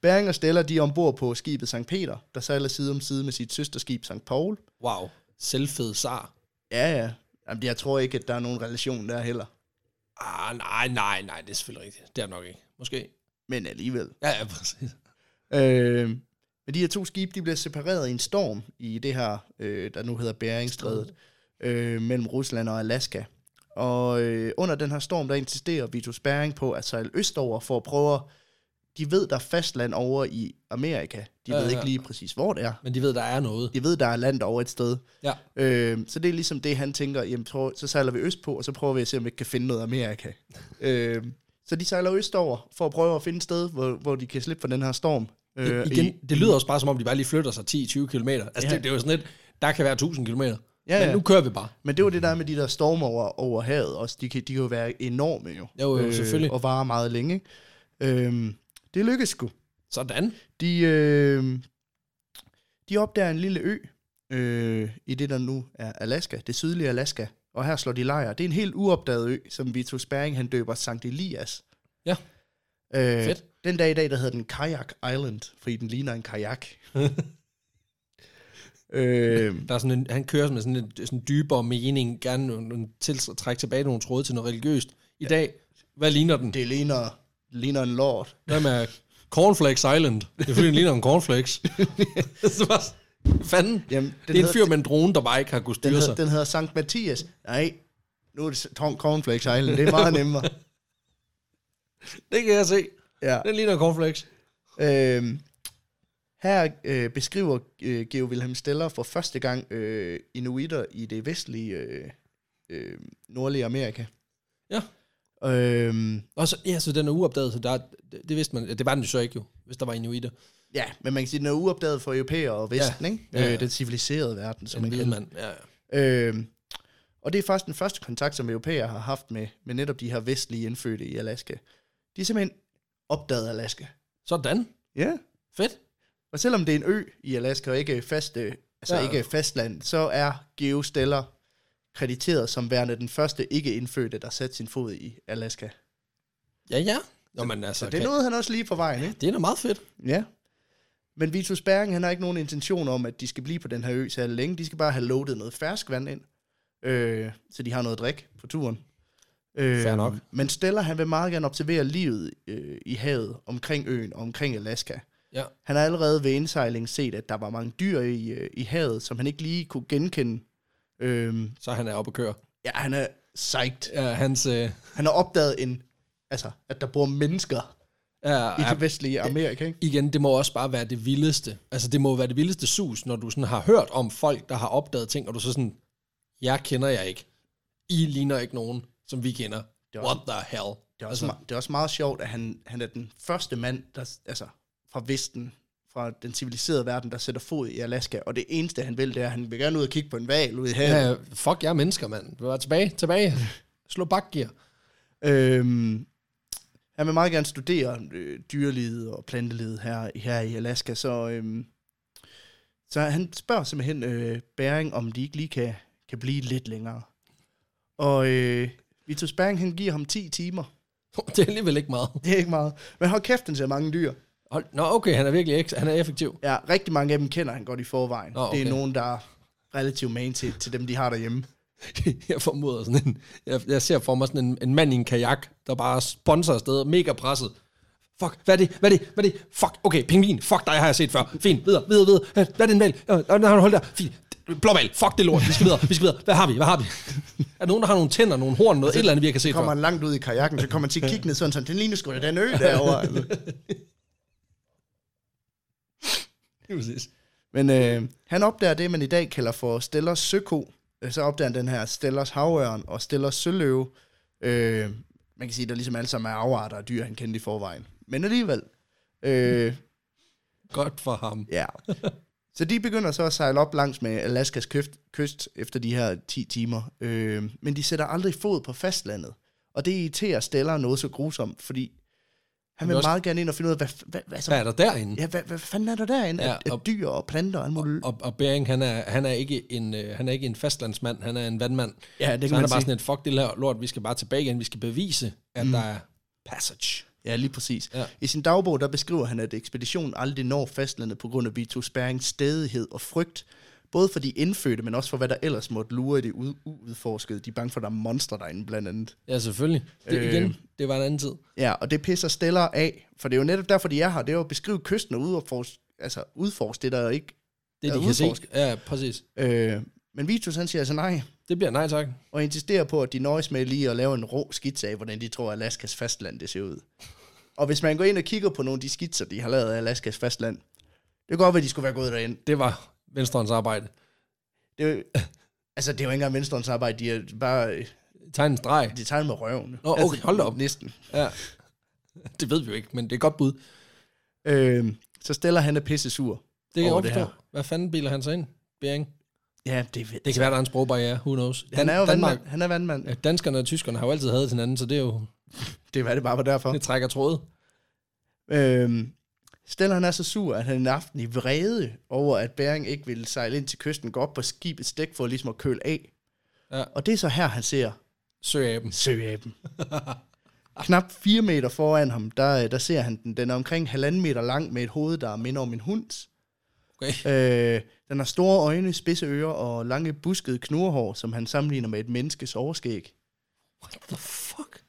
[SPEAKER 2] Bering og Stella, de er ombord på skibet St. Peter, der sejler side om side med sit søsterskib St. Paul.
[SPEAKER 1] Wow. Selvfed sar.
[SPEAKER 2] Ja, ja. Jamen, jeg tror ikke, at der er nogen relation der heller.
[SPEAKER 1] Ah, nej, nej, nej. Det er selvfølgelig rigtigt. Det er det nok ikke. Måske.
[SPEAKER 2] Men alligevel.
[SPEAKER 1] Ja, ja, præcis.
[SPEAKER 2] Øh, men de her to skibe, de bliver separeret i en storm i det her, øh, der nu hedder Beringstrædet, øh, mellem Rusland og Alaska. Og øh, under den her storm, der insisterer Vitus Bering på at sejle østover for at prøve at de ved, der er fastland over i Amerika. De
[SPEAKER 1] Ja,
[SPEAKER 2] ved
[SPEAKER 1] ja.
[SPEAKER 2] ikke lige præcis, hvor det er.
[SPEAKER 1] Men de ved, der er noget.
[SPEAKER 2] De ved, der er land over et sted.
[SPEAKER 1] Ja.
[SPEAKER 2] Øh, så det er ligesom det, han tænker, jamen, prøv, så sejler vi øst på, og så prøver vi at se, om vi ikke kan finde noget Amerika. øh, så de sejler østover for at prøve at finde et sted, hvor, hvor de kan slippe for den her storm.
[SPEAKER 1] Øh, igen, i, det lyder også bare, som om de bare lige flytter sig 10-20 km. Altså,
[SPEAKER 2] Ja.
[SPEAKER 1] ja. det, det er jo sådan lidt, der kan være 1000 km. Ja,
[SPEAKER 2] ja.
[SPEAKER 1] Men nu kører vi bare.
[SPEAKER 2] Men det er jo det der med de der stormer over, over havet også. De kan, de kan jo være enorme jo. Øh,
[SPEAKER 1] Jo, jo, selvfølgelig.
[SPEAKER 2] Og varer meget længe. ikke? Øh, det lykkedes sgu.
[SPEAKER 1] Sådan.
[SPEAKER 2] De, øh, de opdager en lille ø øh, i det, der nu er Alaska, det sydlige Alaska, og her slår de lejr. Det er en helt uopdaget ø, som Vitus Bering han døber Sankt Elias.
[SPEAKER 1] Ja.
[SPEAKER 2] Øh,
[SPEAKER 1] Fedt.
[SPEAKER 2] Den dag i dag, der hedder den Kajak Island, fordi den ligner en kajak. øh,
[SPEAKER 1] Der er sådan en, han kører med sådan en sådan dybere mening, gerne en, en til, trække tilbage nogle tråde til noget religiøst. I ja. dag, hvad ligner den?
[SPEAKER 2] det ligner, ligner en lort.
[SPEAKER 1] Hvem er Cornflakes Island? Det er fordi, den ligner en cornflakes. Så bare sådan, Fanden.
[SPEAKER 2] Jamen, den
[SPEAKER 1] det er en
[SPEAKER 2] hedder-
[SPEAKER 1] fyr med en drone, der bare ikke har kunnet
[SPEAKER 2] Den
[SPEAKER 1] styre
[SPEAKER 2] hedder,
[SPEAKER 1] sig.
[SPEAKER 2] den hedder Sankt Mathias. Nej, nu er det Tom Cornflakes Island. Det er meget nemmere.
[SPEAKER 1] Det kan jeg se.
[SPEAKER 2] Ja.
[SPEAKER 1] Den ligner en cornflakes.
[SPEAKER 2] Øhm, her øh, beskriver øh, Geo Wilhelm Steller for første gang øh, inuiter i det vestlige øh, øh, nordlige Amerika.
[SPEAKER 1] Ja.
[SPEAKER 2] Øhm,
[SPEAKER 1] Og så, ja, så den er uopdaget, så der, er- det, det vidste man. Det var den jo så ikke jo, hvis der var inuiter.
[SPEAKER 2] ja, men man kan sige, at den er uopdaget for europæer og vesten, ja. ikke?
[SPEAKER 1] Ja, ja.
[SPEAKER 2] Øh, den civiliserede verden, som
[SPEAKER 1] Den
[SPEAKER 2] man
[SPEAKER 1] hvide
[SPEAKER 2] kalder
[SPEAKER 1] mand. Ja, ja.
[SPEAKER 2] øhm, Og det er faktisk den første kontakt, som europæer har haft med, med netop de her vestlige indfødte i Alaska. De er simpelthen opdaget Alaska.
[SPEAKER 1] Sådan.
[SPEAKER 2] Ja.
[SPEAKER 1] Fedt.
[SPEAKER 2] Og selvom det er en ø i Alaska og ikke, fast, øh, altså ja.
[SPEAKER 1] Ja.
[SPEAKER 2] ikke fastland, så er Geo Steller krediteret som værende den første ikke-indfødte, der satte sin fod i Alaska.
[SPEAKER 1] Ja, ja. Nå, men altså,
[SPEAKER 2] Så det
[SPEAKER 1] kan-
[SPEAKER 2] nåede han også lige på vejen, ikke?
[SPEAKER 1] det er noget meget fedt.
[SPEAKER 2] Ja. Men Vitus Bering, han har ikke nogen intention om, at de skal blive på den her ø så længe. De skal bare have loadet noget ferskvand ind, øh, så de har noget drik på turen. Øh,
[SPEAKER 1] Fair nok.
[SPEAKER 2] Men Stella, han vil meget gerne observere livet øh, i havet omkring øen og omkring Alaska.
[SPEAKER 1] Ja.
[SPEAKER 2] Han har allerede ved indsejling set, at der var mange dyr i, øh, i havet, som han ikke lige kunne genkende. Øh,
[SPEAKER 1] Så han er oppe at køre.
[SPEAKER 2] ja, han er psyched.
[SPEAKER 1] Ja, hans... Øh,
[SPEAKER 2] Han har opdaget en, altså, at der bor mennesker
[SPEAKER 1] ja,
[SPEAKER 2] i
[SPEAKER 1] ja,
[SPEAKER 2] det vestlige Amerika, ikke?
[SPEAKER 1] igen, det må også bare være det vildeste. Altså, det må være det vildeste sus, når du sådan har hørt om folk, der har opdaget ting, og du så sådan, jeg kender jeg ikke. I ligner ikke nogen, som vi kender.
[SPEAKER 2] er
[SPEAKER 1] What the hell?
[SPEAKER 2] Det er, også, altså, det er også meget sjovt, at han, han er den første mand, der, s- altså, fra Vesten, fra den civiliserede verden, der sætter fod i Alaska, og det eneste, han vil, det er, at han vil gerne ud og kigge på en val ude i havet.
[SPEAKER 1] Ja, fuck, jeg er mennesker, mand. Bare tilbage, tilbage. Slå bakgear.
[SPEAKER 2] Øhm, han vil meget gerne studere øh, dyrelivet og plantelivet her, her i Alaska, så, øhm, så han spørger simpelthen øh, Bæring, om de ikke lige kan, kan blive lidt længere. Og øh, Vitus Bæring, han giver ham 10 timer.
[SPEAKER 1] Det er alligevel ikke meget.
[SPEAKER 2] Det er ikke meget. Men hold kæft, den ser mange dyr.
[SPEAKER 1] Hold, nå, okay, han er virkelig ikke, han er effektiv.
[SPEAKER 2] Ja, rigtig mange af dem kender han godt i forvejen.
[SPEAKER 1] Nå, okay.
[SPEAKER 2] Det er nogen, der er relativt man til, til dem, de har derhjemme.
[SPEAKER 1] Jeg formoder sådan en, jeg, jeg ser for mig sådan en, en mand i en kajak, der bare sponsorer afsted, mega presset. Fuck, hvad er det, hvad er det, hvad er det, fuck, okay, pingvin, fuck dig har jeg set før, fint, videre, videre, videre, Øh, hvad er det en valg, øh, øh, hold der, fint, blåval, fuck det lort, vi skal videre, vi skal videre, hvad har vi, hvad har vi? Er der nogen, der har nogle tænder, nogle horn, noget, et eller andet, vi ikke har set
[SPEAKER 2] Kommer
[SPEAKER 1] før?
[SPEAKER 2] han langt ud i kajakken, så kommer han til at kigge ned sådan, sådan den ligner sgu da den ø derovre. altså.
[SPEAKER 1] Lige præcis.
[SPEAKER 2] Men øh, han opdager det, man i dag kalder for Stellers søko. Øh, Så opdager han den her Stellers havørn og Stellers søløve. Øh, man kan sige, der ligesom alle sammen er afarter og dyr, han kendte i forvejen. Men alligevel. Øh,
[SPEAKER 1] Godt for ham.
[SPEAKER 2] Ja. Så de begynder så at sejle op langs med Alaskas kyst, kyst efter de her 10 timer. Øh, men de sætter aldrig fod på fastlandet. Og det irriterer Stella noget så grusomt, fordi han
[SPEAKER 1] Men
[SPEAKER 2] vil
[SPEAKER 1] også-
[SPEAKER 2] meget gerne ind og finde ud af, hvad, f- hvad, hvad,
[SPEAKER 1] Hvad
[SPEAKER 2] som,
[SPEAKER 1] er der derinde?
[SPEAKER 2] ja, hvad, hvad fanden er der derinde?
[SPEAKER 1] Ja,
[SPEAKER 2] Ja, af, af
[SPEAKER 1] og-
[SPEAKER 2] dyr og planter og alt muligt.
[SPEAKER 1] Og, og Bering, han er, han, er ikke en, øh, han er ikke en fastlandsmand, han er en vandmand.
[SPEAKER 2] Ja, det kan
[SPEAKER 1] så han
[SPEAKER 2] man
[SPEAKER 1] er bare
[SPEAKER 2] sige.
[SPEAKER 1] sådan et, fuck det lort, lort, vi skal bare tilbage igen, vi skal bevise, at mm. der er passage.
[SPEAKER 2] Ja, lige præcis.
[SPEAKER 1] Ja.
[SPEAKER 2] Ja. I sin dagbog, der beskriver han, at ekspeditionen aldrig når fastlandet på grund af Vitus Berings stedighed og frygt. Både for de indfødte, men også for, hvad der ellers måtte lure i det u- uudforskede. De er bange for, at der er monstre derinde, blandt andet.
[SPEAKER 1] Ja, selvfølgelig. Det, øh. igen, det var en anden tid.
[SPEAKER 2] Ja, og det pisser Stella af, for det er jo netop derfor, de er her. Det er jo at beskrive kysten og udforske, altså udforske det, der jo ikke...
[SPEAKER 1] Det,
[SPEAKER 2] Ja,
[SPEAKER 1] de kan se.
[SPEAKER 2] udforske.
[SPEAKER 1] Ja, præcis.
[SPEAKER 2] Øh, men Vitus, han siger altså nej,
[SPEAKER 1] Det bliver nej tak.
[SPEAKER 2] og insisterer på, at de nøjes med lige at lave en rå skitse af, hvordan de tror, Alaskas fastland det ser ud. Og hvis man går ind og kigger på nogle af de skitser, de har lavet af Alaskas fastland, det kan godt være, de skulle være gået derind.
[SPEAKER 1] Det var venstrens arbejde.
[SPEAKER 2] Det er jo, altså, det er jo ikke engang venstrens arbejde, de er bare...
[SPEAKER 1] Tegn en streg.
[SPEAKER 2] De tegner med røven. Altså,
[SPEAKER 1] Nå, okay, hold da op.
[SPEAKER 2] Næsten.
[SPEAKER 1] Ja. Det ved vi jo ikke, men det er et godt bud.
[SPEAKER 2] Øh, så Stella, han er pisse sur.
[SPEAKER 1] Det kan jeg
[SPEAKER 2] Over
[SPEAKER 1] godt
[SPEAKER 2] det
[SPEAKER 1] forstå. Hvad fanden biler han sig ind? Bering.
[SPEAKER 2] Ja, det, ved-
[SPEAKER 1] Det kan være, der er en sprogbarriere. Who knows?
[SPEAKER 2] Han er jo
[SPEAKER 1] Danmark.
[SPEAKER 2] vandmand. Han er vandmand.
[SPEAKER 1] Ja, Danskerne og tyskerne har jo altid hadet hinanden, så det er jo...
[SPEAKER 2] Det var det bare var derfor.
[SPEAKER 1] Det trækker tråde.
[SPEAKER 2] Øhm, Stella han er så sur, at han en aften i vrede over, at Bering ikke ville sejle ind til kysten, går op på skibets dæk for ligesom at køle af.
[SPEAKER 1] Ja.
[SPEAKER 2] Og det er så her, han ser
[SPEAKER 1] Søaben.
[SPEAKER 2] søaben. Knap 4 meter foran ham, der, øh, der ser han den. Den er omkring halvanden meter lang med et hoved, der minder om en hunds.
[SPEAKER 1] Okay.
[SPEAKER 2] Øh, den har store øjne, spidse ører og lange buskede knurhår, som han sammenligner med et menneskes overskæg.
[SPEAKER 1] What the fuck?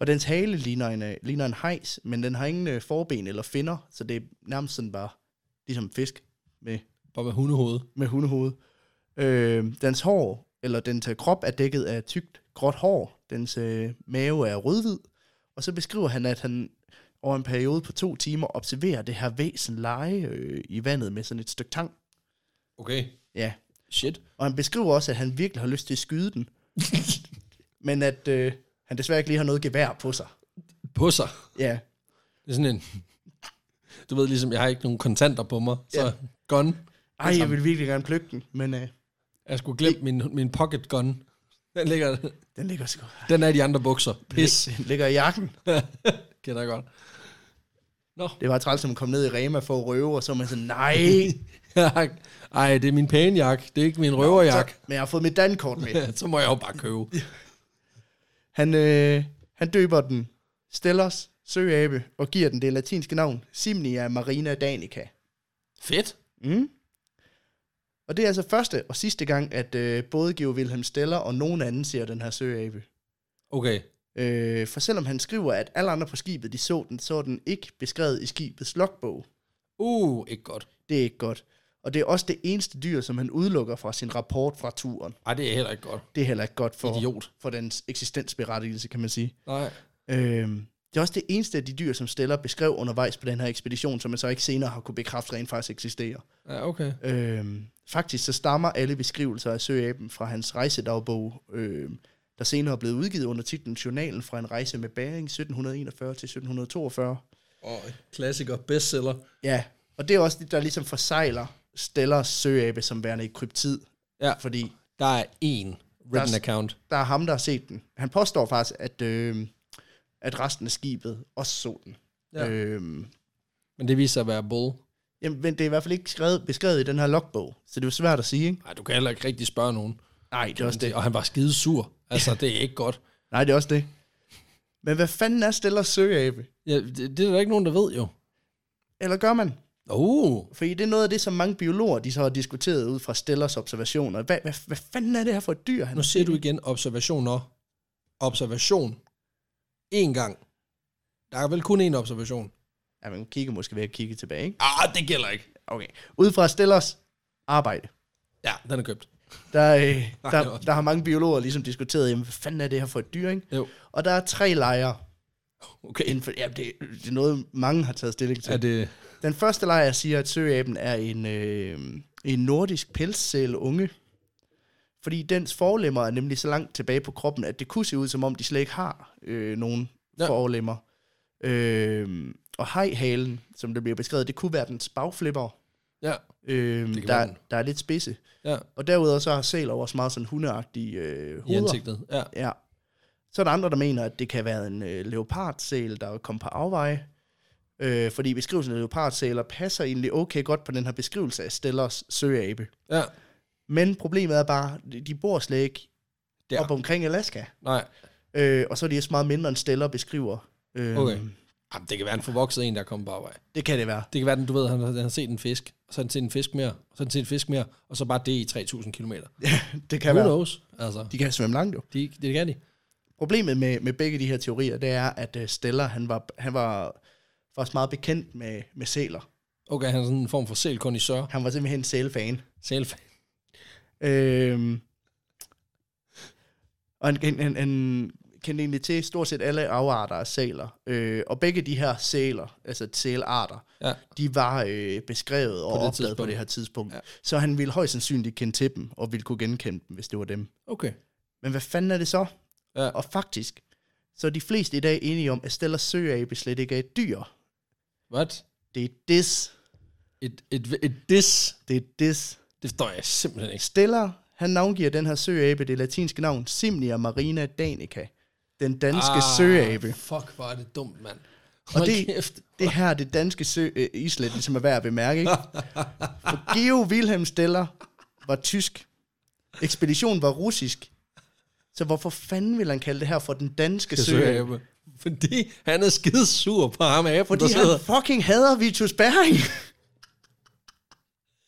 [SPEAKER 2] Og dens hale ligner en, øh, ligner en hejs, men den har ingen øh, forben eller finner, så det er nærmest sådan bare ligesom fisk med,
[SPEAKER 1] Bare med hundehoved.
[SPEAKER 2] med hundehoved. Øh, dens hår, eller dens øh, krop er dækket af tykt gråt hår. Dens øh, mave er rødhvid. Og så beskriver han, at han over en periode på to timer observerer det her væsen lege øh, i vandet med sådan et stykke tang.
[SPEAKER 1] Okay.
[SPEAKER 2] Ja.
[SPEAKER 1] Shit.
[SPEAKER 2] Og han beskriver også, at han virkelig har lyst til at skyde den. men at øh, han desværre ikke lige har noget gevær på sig.
[SPEAKER 1] På sig.
[SPEAKER 2] Ja.
[SPEAKER 1] Det er sådan en... Du ved ligesom, jeg har ikke nogen kontanter på mig, så
[SPEAKER 2] Ja.
[SPEAKER 1] gun.
[SPEAKER 2] Ej, jeg vil virkelig gerne plukke den, men øh,
[SPEAKER 1] Jeg skulle glemme min, min pocket gun. Den ligger,
[SPEAKER 2] den ligger sgu.
[SPEAKER 1] den er i de andre bukser. Pis.
[SPEAKER 2] Den ligger i jakken.
[SPEAKER 1] Kender jeg godt. Nå.
[SPEAKER 2] Det var træls, at man kom ned i Rema for at røve, og så var man sådan, nej.
[SPEAKER 1] Ej, det er min pænejakke. Det er ikke min røverjakke.
[SPEAKER 2] Så, men jeg har fået mit dankort med.
[SPEAKER 1] Ja, så må jeg jo bare købe.
[SPEAKER 2] Han, øh, han døber den Stellers søabe og giver den det latinske navn Simnia Marina Danica.
[SPEAKER 1] Fedt.
[SPEAKER 2] Mm. Og det er altså første og sidste gang, at øh, både Georg Wilhelm Steller og nogen anden ser den her søabe.
[SPEAKER 1] Okay.
[SPEAKER 2] Øh, for selvom han skriver, at alle andre på skibet de så den, så er den ikke beskrevet i skibets logbog.
[SPEAKER 1] Uh, ikke godt.
[SPEAKER 2] Det er ikke godt. Og det er også det eneste dyr, som han udelukker fra sin rapport fra turen.
[SPEAKER 1] Ej, det er heller ikke godt.
[SPEAKER 2] Det er heller ikke godt for,
[SPEAKER 1] Idiot.
[SPEAKER 2] for dens eksistensberettigelse, kan man sige.
[SPEAKER 1] Nej.
[SPEAKER 2] Øhm, det er også det eneste af de dyr, som Steller beskrev undervejs på den her ekspedition, som man så ikke senere har kunne bekræfte rent faktisk eksisterer.
[SPEAKER 1] Ja, okay.
[SPEAKER 2] Øhm, faktisk så stammer alle beskrivelser af søaben fra hans rejsedagbog, øhm, der senere er blevet udgivet under titlen Journalen fra en rejse med Bæring 1741 til 1742.
[SPEAKER 1] Og klassiker, bestseller.
[SPEAKER 2] Ja, og det er også det, der ligesom forsejler Stellers søabe som værende i kryptid,
[SPEAKER 1] Ja,
[SPEAKER 2] fordi
[SPEAKER 1] der er én written account.
[SPEAKER 2] der er ham, der har set den. Han påstår faktisk, at, øh, at resten af skibet også så den.
[SPEAKER 1] Ja.
[SPEAKER 2] Ja. Øhm,
[SPEAKER 1] Men det viser sig at være bull.
[SPEAKER 2] jamen, men det er i hvert fald ikke skrevet, beskrevet i den her logbog, så det er jo svært at sige, ikke?
[SPEAKER 1] Nej, du kan heller ikke rigtig spørge nogen.
[SPEAKER 2] Nej, det er også det.
[SPEAKER 1] Og han var skide sur. Altså, det er ikke godt.
[SPEAKER 2] Nej, det er også det. Men hvad fanden er Stellers søabe?
[SPEAKER 1] Ja, det, det er der ikke nogen, der ved jo.
[SPEAKER 2] Eller gør man?
[SPEAKER 1] Uh,
[SPEAKER 2] Fordi det er noget af det, som mange biologer de så har diskuteret ud fra Stellers observationer. Hvad, hvad, hvad fanden er det her for et dyr? Han
[SPEAKER 1] nu ser du igen observationer. Observation. En gang. Der er vel kun én observation.
[SPEAKER 2] Ja, man kigger måske ved at kigge tilbage, ikke?
[SPEAKER 1] Ah, det gælder ikke.
[SPEAKER 2] Okay. Ud fra Stellers arbejde.
[SPEAKER 1] Ja, den er købt.
[SPEAKER 2] Der, øh,
[SPEAKER 1] Nej, det er
[SPEAKER 2] der,
[SPEAKER 1] også-
[SPEAKER 2] der har mange biologer ligesom diskuteret, jamen, hvad fanden er det her for et dyr, ikke?
[SPEAKER 1] Jo.
[SPEAKER 2] Og der er tre lejre.
[SPEAKER 1] Okay.
[SPEAKER 2] Inden for, ja, det, det er noget, mange har taget stilling til.
[SPEAKER 1] Er det...
[SPEAKER 2] Den første lejr siger, at søaben er en, øh, en nordisk pelssæl unge. Fordi dens forlemmer er nemlig så langt tilbage på kroppen, at det kunne se ud, som om de slet ikke har øh, nogen
[SPEAKER 1] Ja.
[SPEAKER 2] ja. forlemmer. Øh, og hejhalen, som det bliver beskrevet, det kunne være dens bagflipper,
[SPEAKER 1] Ja.
[SPEAKER 2] øh,
[SPEAKER 1] Det kan være
[SPEAKER 2] der,
[SPEAKER 1] den.
[SPEAKER 2] der er lidt spidse.
[SPEAKER 1] Ja.
[SPEAKER 2] Og derudover så har sæler også meget sådan hundeagtige øh,
[SPEAKER 1] I
[SPEAKER 2] hoveder.
[SPEAKER 1] ansigtet. Ja.
[SPEAKER 2] Ja. Så er der andre, der mener, at det kan være en øh, leopardsæl, der er kommet på afveje. Øh, fordi beskrivelsen af leopardsæler passer egentlig okay godt på den her beskrivelse af Stellers søabe.
[SPEAKER 1] Ja.
[SPEAKER 2] Men problemet er bare, de- de bor slet ikke
[SPEAKER 1] Der.
[SPEAKER 2] Der. op omkring Alaska.
[SPEAKER 1] Nej.
[SPEAKER 2] Øh, og så er de også meget mindre, end Steller beskriver. Øh,
[SPEAKER 1] Okay. Jamen, det kan være en forvokset en, der er kommet på arbejde.
[SPEAKER 2] Det kan det være.
[SPEAKER 1] Det kan være, den, du ved, han, har- han har set en fisk, og så har han set en fisk mere, og så har han set en fisk mere, og så bare det i 3.000 km.
[SPEAKER 2] Det kan
[SPEAKER 1] Who
[SPEAKER 2] være.
[SPEAKER 1] knows? Altså,
[SPEAKER 2] De kan svømme langt jo.
[SPEAKER 1] de, det kan de.
[SPEAKER 2] Problemet med, med begge de her teorier, det er, at øh, Steller, han var, han var faktisk meget bekendt med, med sæler.
[SPEAKER 1] Okay, han er sådan en form for sælkondisør.
[SPEAKER 2] Han var simpelthen en sælfan.
[SPEAKER 1] Sælfan.
[SPEAKER 2] Øhm, og han, han, han, han kendte egentlig til stort set alle afarter af sæler. Øh, og begge de her sæler, altså sælarter,
[SPEAKER 1] Ja.
[SPEAKER 2] de var øh, beskrevet og
[SPEAKER 1] På det
[SPEAKER 2] opdaget tidspunkt. på
[SPEAKER 1] tidspunkt.
[SPEAKER 2] det her tidspunkt.
[SPEAKER 1] Ja.
[SPEAKER 2] Ja. Så han ville højst sandsynligt kende til dem, og ville kunne genkende dem, hvis det var dem.
[SPEAKER 1] Okay.
[SPEAKER 2] Men hvad fanden er det så?
[SPEAKER 1] Ja.
[SPEAKER 2] Og faktisk, så er de fleste i dag enige om, at Stellers søabe slet ikke er et dyr.
[SPEAKER 1] What?
[SPEAKER 2] Det er et dis.
[SPEAKER 1] Et, et, et dis?
[SPEAKER 2] Det er et dis.
[SPEAKER 1] Det forstår jeg simpelthen ikke.
[SPEAKER 2] Stiller, han navngiver den her søabe det latinske navn Simnia marina danica. Den danske ah. søabe.
[SPEAKER 1] Fuck, hvor er det dumt, mand.
[SPEAKER 2] Og
[SPEAKER 1] Hold
[SPEAKER 2] det,
[SPEAKER 1] kæft.
[SPEAKER 2] det her er det danske sø, øh, islet, ligesom er værd at bemærke. Ikke? For Geo Wilhelm Steller var tysk. Ekspeditionen var russisk. Så hvorfor fanden vil han kalde det her for den danske søabe?
[SPEAKER 1] Søabe. Fordi han er skide sur på ham af,
[SPEAKER 2] Fordi
[SPEAKER 1] der sidder.
[SPEAKER 2] han fucking hader Vitus Bering.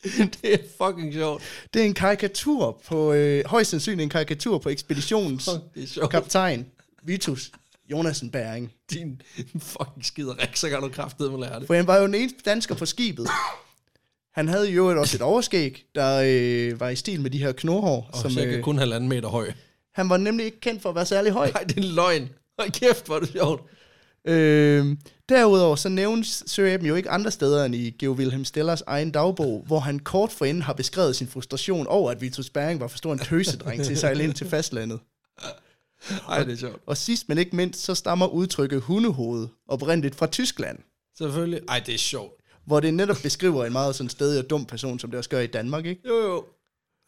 [SPEAKER 1] Det er fucking sjovt.
[SPEAKER 2] Det er en karikatur på, øh, højst sandsynligt en karikatur på ekspeditionens
[SPEAKER 1] Fuck, det er sjovt.
[SPEAKER 2] kaptajn, Vitus Jonasen Bering.
[SPEAKER 1] Din fucking skiderik, så kan du kraftedeme lære det.
[SPEAKER 2] For han var jo den eneste dansker på skibet. Han havde jo også et overskæg, der øh, var i stil med de her knorhår.
[SPEAKER 1] Og
[SPEAKER 2] som,
[SPEAKER 1] cirka
[SPEAKER 2] øh,
[SPEAKER 1] kun halvanden meter høj.
[SPEAKER 2] Han var nemlig ikke kendt for at være særlig høj.
[SPEAKER 1] Nej, det er en løgn. Hold kæft, hvor er det sjovt.
[SPEAKER 2] Øh, derudover så nævnes Søaben jo ikke andre steder end i Geo Wilhelm Stellers egen dagbog, hvor han kort forinden har beskrevet sin frustration over, at Vitus Bering var for stor en tøsedreng til at sejle ind til fastlandet.
[SPEAKER 1] Ej, det er sjovt.
[SPEAKER 2] Og sidst men ikke mindst, så stammer udtrykket hundehoved oprindeligt fra Tyskland,
[SPEAKER 1] Selvfølgelig. Ej, det er sjovt.
[SPEAKER 2] hvor det netop beskriver en meget sådan stedig og dum person, som det også gør i Danmark, ikke?
[SPEAKER 1] Jo, jo.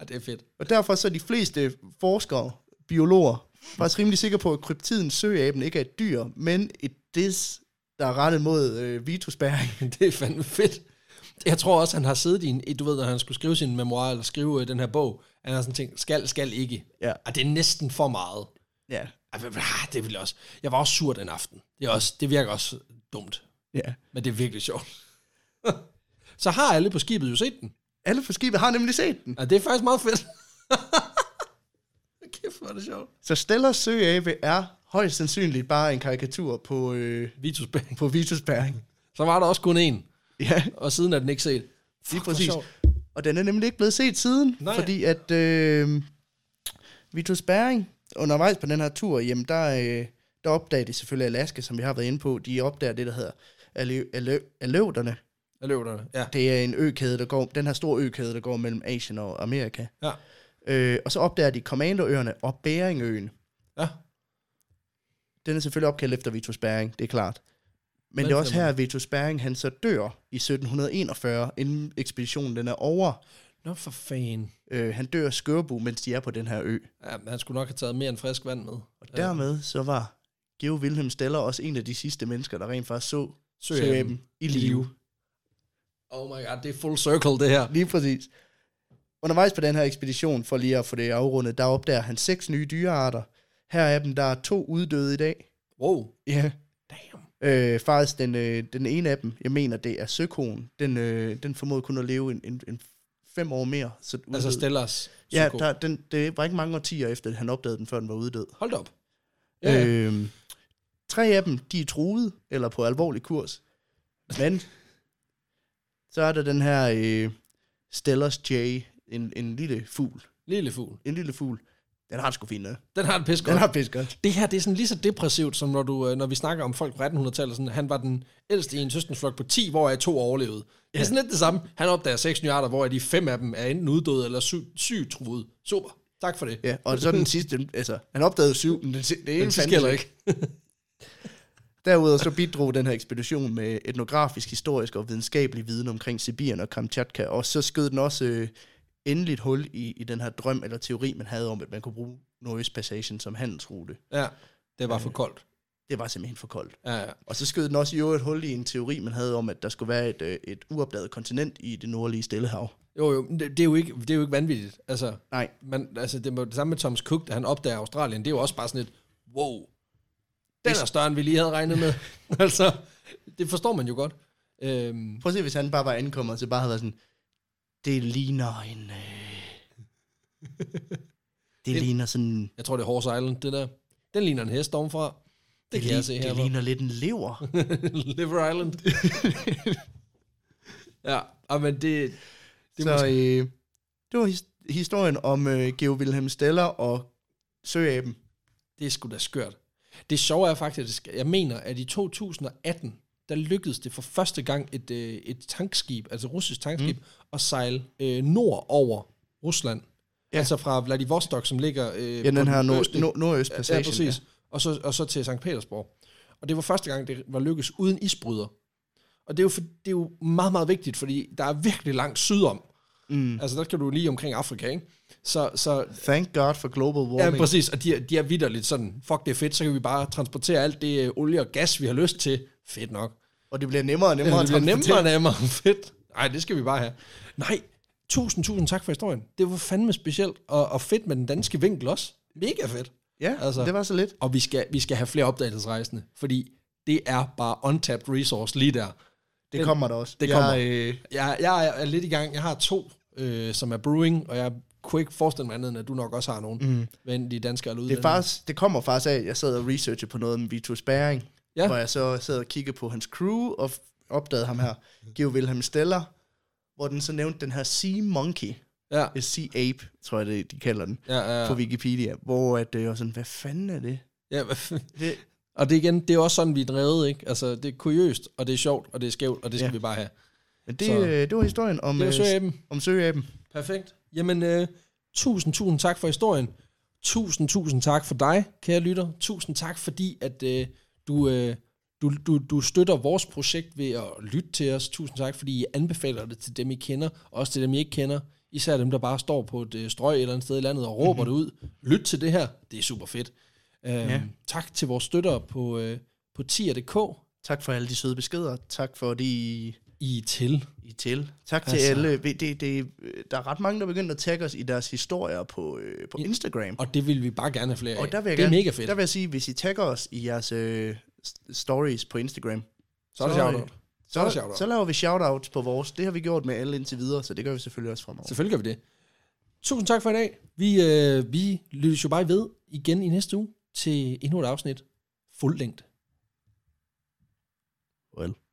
[SPEAKER 1] Ej, det er fedt.
[SPEAKER 2] Og derfor så er de fleste forskere, biologer, faktisk rimelig sikre på, at kryptiden søaben ikke er et dyr, men et dis der er rettet mod øh, vitospæring.
[SPEAKER 1] Det er fandme fedt. Jeg tror også, han har siddet i en, du ved, når han skulle skrive sin memoir, eller skrive øh, den her bog, han har sådan tænkt, skal, skal ikke.
[SPEAKER 2] Ja.
[SPEAKER 1] Og det er næsten for meget.
[SPEAKER 2] Ja.
[SPEAKER 1] Ej, men, ah, Det vil også. Jeg var også sur den aften. Det, er også, det virker også dumt,
[SPEAKER 2] ja.
[SPEAKER 1] men det er virkelig sjovt. Så har alle på skibet jo set den.
[SPEAKER 2] Alle for skibet har nemlig set den.
[SPEAKER 1] Ja, det er faktisk meget fedt. Kæft, hvor er det sjovt.
[SPEAKER 2] Så Stellers søabe er højst sandsynligt bare en karikatur på, øh,
[SPEAKER 1] Vitusbæring.
[SPEAKER 2] på vitospæring.
[SPEAKER 1] Så var der også kun én,
[SPEAKER 2] Ja,
[SPEAKER 1] og siden er den ikke set. Fuck,
[SPEAKER 2] lige
[SPEAKER 1] hvor
[SPEAKER 2] præcis.
[SPEAKER 1] sjovt.
[SPEAKER 2] Og den er nemlig ikke blevet set siden,
[SPEAKER 1] Nej.
[SPEAKER 2] Nej. fordi at øh, Vitus Bering undervejs på den her tur, jamen der, øh, der opdager de selvfølgelig Alaska, som vi har været inde på. De opdager det, der hedder Aleu- Aleu- Aleuterne.
[SPEAKER 1] Jeg løb der. Ja.
[SPEAKER 2] Det er en økæde, der går, den her store økæde, der går mellem Asien og Amerika.
[SPEAKER 1] ja.
[SPEAKER 2] Øh, og så opdager de Commanderøerne og Beringøen.
[SPEAKER 1] Ja.
[SPEAKER 2] Den er selvfølgelig opkaldt efter Vitus Bering, det er klart. Men det er også her, at Vitus Bering han så dør i 1741, inden ekspeditionen den er over.
[SPEAKER 1] Nå for fanden.
[SPEAKER 2] Øh, han dør af skørbu, mens de er på den her ø.
[SPEAKER 1] Ja, men han skulle nok have taget mere end frisk vand med. Øh,
[SPEAKER 2] Og dermed så var Geo Wilhelm Steller også en af de sidste mennesker, der rent faktisk så
[SPEAKER 1] Søaben
[SPEAKER 2] søaben i live.
[SPEAKER 1] Oh my god, det er full circle, det her.
[SPEAKER 2] Lige præcis. Undervejs på den her ekspedition, for lige at få det afrundet, der opdager han seks nye dyrearter. Her er dem, der er to uddøde i dag.
[SPEAKER 1] Wow.
[SPEAKER 2] Ja.
[SPEAKER 1] Damn.
[SPEAKER 2] Øh, faktisk den, øh, den ene af dem, jeg mener, det er søkonen. Den, øh, den formåede kun at leve en, en, en fem år mere. Så den
[SPEAKER 1] Altså
[SPEAKER 2] uddøde.
[SPEAKER 1] Stellers
[SPEAKER 2] Ja,
[SPEAKER 1] psyko.
[SPEAKER 2] der, den, det var ikke mange årtier efter, at han opdagede den, før den var uddød.
[SPEAKER 1] Hold da op. Ja,
[SPEAKER 2] Ja.
[SPEAKER 1] ja.
[SPEAKER 2] Øhm, tre af dem, de er truet, eller på alvorlig kurs. Men så er der den her øh, Stellers Jay, en, en lille fugl.
[SPEAKER 1] Lille fugl.
[SPEAKER 2] En lille fugl. Den har det sgu fint med.
[SPEAKER 1] Den har det pisse
[SPEAKER 2] Den
[SPEAKER 1] godt.
[SPEAKER 2] har pisk godt.
[SPEAKER 1] Det her, det er sådan lige så depressivt, som når, du, øh, når vi snakker om folk på 1800-tallet. Sådan, han var den ældste i en søsterflok på 10, hvor jeg to overlevede. Det er sådan lidt det samme. Han opdager seks nye arter, hvor de fem af dem er enten uddøde eller syg, sygtruede. Super. Tak for det.
[SPEAKER 2] Ja, og så den sidste, den- altså, han opdagede syv, men den, si- det ene
[SPEAKER 1] det
[SPEAKER 2] fandtes
[SPEAKER 1] skiller ikke.
[SPEAKER 2] Derudover så bidrog den her ekspedition med etnografisk, historisk og videnskabelig viden omkring Sibirien og Kamchatka, og så skød den også øh, endeligt hul i, i den her drøm eller teori, man havde om, at man kunne bruge Nordøstpassagen som handelsrute.
[SPEAKER 1] Ja, det var for koldt.
[SPEAKER 2] Det var simpelthen for koldt.
[SPEAKER 1] Ja, ja.
[SPEAKER 2] Og så skød den også i øvrigt hul i en teori, man havde om, at der skulle være et, øh, et uopdaget kontinent i det nordlige Stillehav.
[SPEAKER 1] Jo, jo, men det, det, er jo ikke, det er jo ikke vanvittigt. Altså,
[SPEAKER 2] Nej.
[SPEAKER 1] man, altså det, må, det samme med Thomas Cook, da han opdager Australien, det er jo også bare sådan et, wow, den er større, end vi lige havde regnet med. altså, det forstår man jo godt. Øhm,
[SPEAKER 2] Prøv at se, hvis han bare var ankommet, og så bare havde været sådan, det ligner en... Øh... det ligner sådan...
[SPEAKER 1] jeg tror, det er Horse Island, det der. Den ligner en hest ovenfra. Det, det kan
[SPEAKER 2] li-
[SPEAKER 1] jeg se her.
[SPEAKER 2] det ligner lidt en lever.
[SPEAKER 1] Liver Island. ja, ah, men det... det
[SPEAKER 2] så øh, det var his- historien om øh, Geo Wilhelm Steller og Søaben.
[SPEAKER 1] Det er sgu da skørt. Det sjove er faktisk, jeg mener, at i 2018, der lykkedes det for første gang et, øh, et tankskib, altså russisk tankskib, mm. at sejle øh, nord over Rusland. Ja.
[SPEAKER 2] Ja.
[SPEAKER 1] Altså fra Vladivostok, som ligger øh,
[SPEAKER 2] Ja, den her nord-
[SPEAKER 1] østlige-
[SPEAKER 2] nord-
[SPEAKER 1] Ja,
[SPEAKER 2] nordøstpassagen.
[SPEAKER 1] ja, præcis. Og så, og så til Sankt Petersborg. Og det var første gang, det var lykkedes uden isbryder. Og det er, jo for, det er jo meget, meget vigtigt, fordi der er virkelig langt sydom. Mm. Altså, der kan du lige omkring Afrika, ikke? Så, så
[SPEAKER 2] Thank God for global
[SPEAKER 1] Ja,
[SPEAKER 2] warming.
[SPEAKER 1] men præcis, og de, er- de er vidderligt sådan, fuck det er fedt, så kan vi bare transportere alt det øh, olie og gas, vi har lyst til. Fedt nok.
[SPEAKER 2] og det bliver nemmere og
[SPEAKER 1] Det
[SPEAKER 2] nemmere. at
[SPEAKER 1] bliver nemmere
[SPEAKER 2] transportere.
[SPEAKER 1] og nemmere. Fedt. Nej, det skal vi bare have. Nej, tusind, tusind tak for historien. Det var fandme specielt, og, og fedt med den danske vinkel også. Mega fedt.
[SPEAKER 2] Ja,
[SPEAKER 1] Altså.
[SPEAKER 2] altså. det var så lidt.
[SPEAKER 1] Og vi skal, vi skal have flere opdagelsesrejsende, fordi det er bare untapped resource lige der.
[SPEAKER 2] Det kommer der også.
[SPEAKER 1] det kommer.
[SPEAKER 2] Jeg, øh,
[SPEAKER 1] Jeg, jeg er- er lidt i gang. Jeg har to, øh, som er brewing, og jeg kunne ikke forestille mig andet, end at du nok også har nogen. Mm. Men de er danskere eller
[SPEAKER 2] det, er faktisk, det kommer faktisk af, at jeg sad og researchede på noget med Vitus Bering,
[SPEAKER 1] Ja.
[SPEAKER 2] ja. hvor jeg så sad og kiggede på hans crew og f- opdagede ham her, Geo Wilhelm Steller, hvor den så nævnte den her Sea Monkey,
[SPEAKER 1] Ja,
[SPEAKER 2] eller Sea Ape, tror jeg, det, de kalder den,
[SPEAKER 1] ja, ja.
[SPEAKER 2] ja. på Wikipedia, hvor at, øh, jeg var sådan, hvad fanden er det?
[SPEAKER 1] ja. hvad-
[SPEAKER 2] det
[SPEAKER 1] Og det er igen, det er også sådan, vi er drevet, ikke? Altså, det er kuriøst, og det er sjovt, og det er skævt, og det skal ja.
[SPEAKER 2] Ja.
[SPEAKER 1] vi bare have.
[SPEAKER 2] Men det,
[SPEAKER 1] Så-
[SPEAKER 2] øh, det var historien om,
[SPEAKER 1] Det var
[SPEAKER 2] øh,
[SPEAKER 1] søaben.
[SPEAKER 2] om søaben.
[SPEAKER 1] Perfekt. Jamen, øh, tusind, tusind tak for historien. Tusind, tusind tak for dig, kære lytter. Tusind tak, fordi at øh, du, øh, du, du, du støtter vores projekt ved at lytte til os. Tusind tak, fordi I anbefaler det til dem, I kender, og også til dem, I ikke kender. Især dem, der bare står på et øh, strøg et eller andet sted i landet og råber mm-hmm. det ud. Lyt til det her. Det er super fedt. Øhm, ja. Tak til vores støttere på, øh, på tier.dk,
[SPEAKER 2] Tak for alle de søde beskeder. Tak for det, I,
[SPEAKER 1] I er til.
[SPEAKER 2] I er til. Tak altså. til
[SPEAKER 1] Altså.
[SPEAKER 2] alle. Vi- Det, det, øh, der er ret mange, der begynder at tagge os i deres historier på, øh, på
[SPEAKER 1] Ja.
[SPEAKER 2] Instagram.
[SPEAKER 1] Og det vil vi bare gerne have flere af.
[SPEAKER 2] Og der vil jeg
[SPEAKER 1] det er
[SPEAKER 2] gerne,
[SPEAKER 1] mega fedt.
[SPEAKER 2] Der vil jeg sige, hvis I tagger os i jeres øh, s- stories på Instagram,
[SPEAKER 1] så er det
[SPEAKER 2] så, øh,
[SPEAKER 1] sjovt. Så er der
[SPEAKER 2] så,
[SPEAKER 1] shout-out.
[SPEAKER 2] så laver vi shoutouts på vores. Det har vi gjort med alle indtil videre, så det gør vi selvfølgelig også fremover.
[SPEAKER 1] Selvfølgelig gør vi det. Tusind tak for i dag. Vi, øh, vi lyttes jo bare ved igen i næste uge til endnu et afsnit. Fuld længde.
[SPEAKER 2] Well.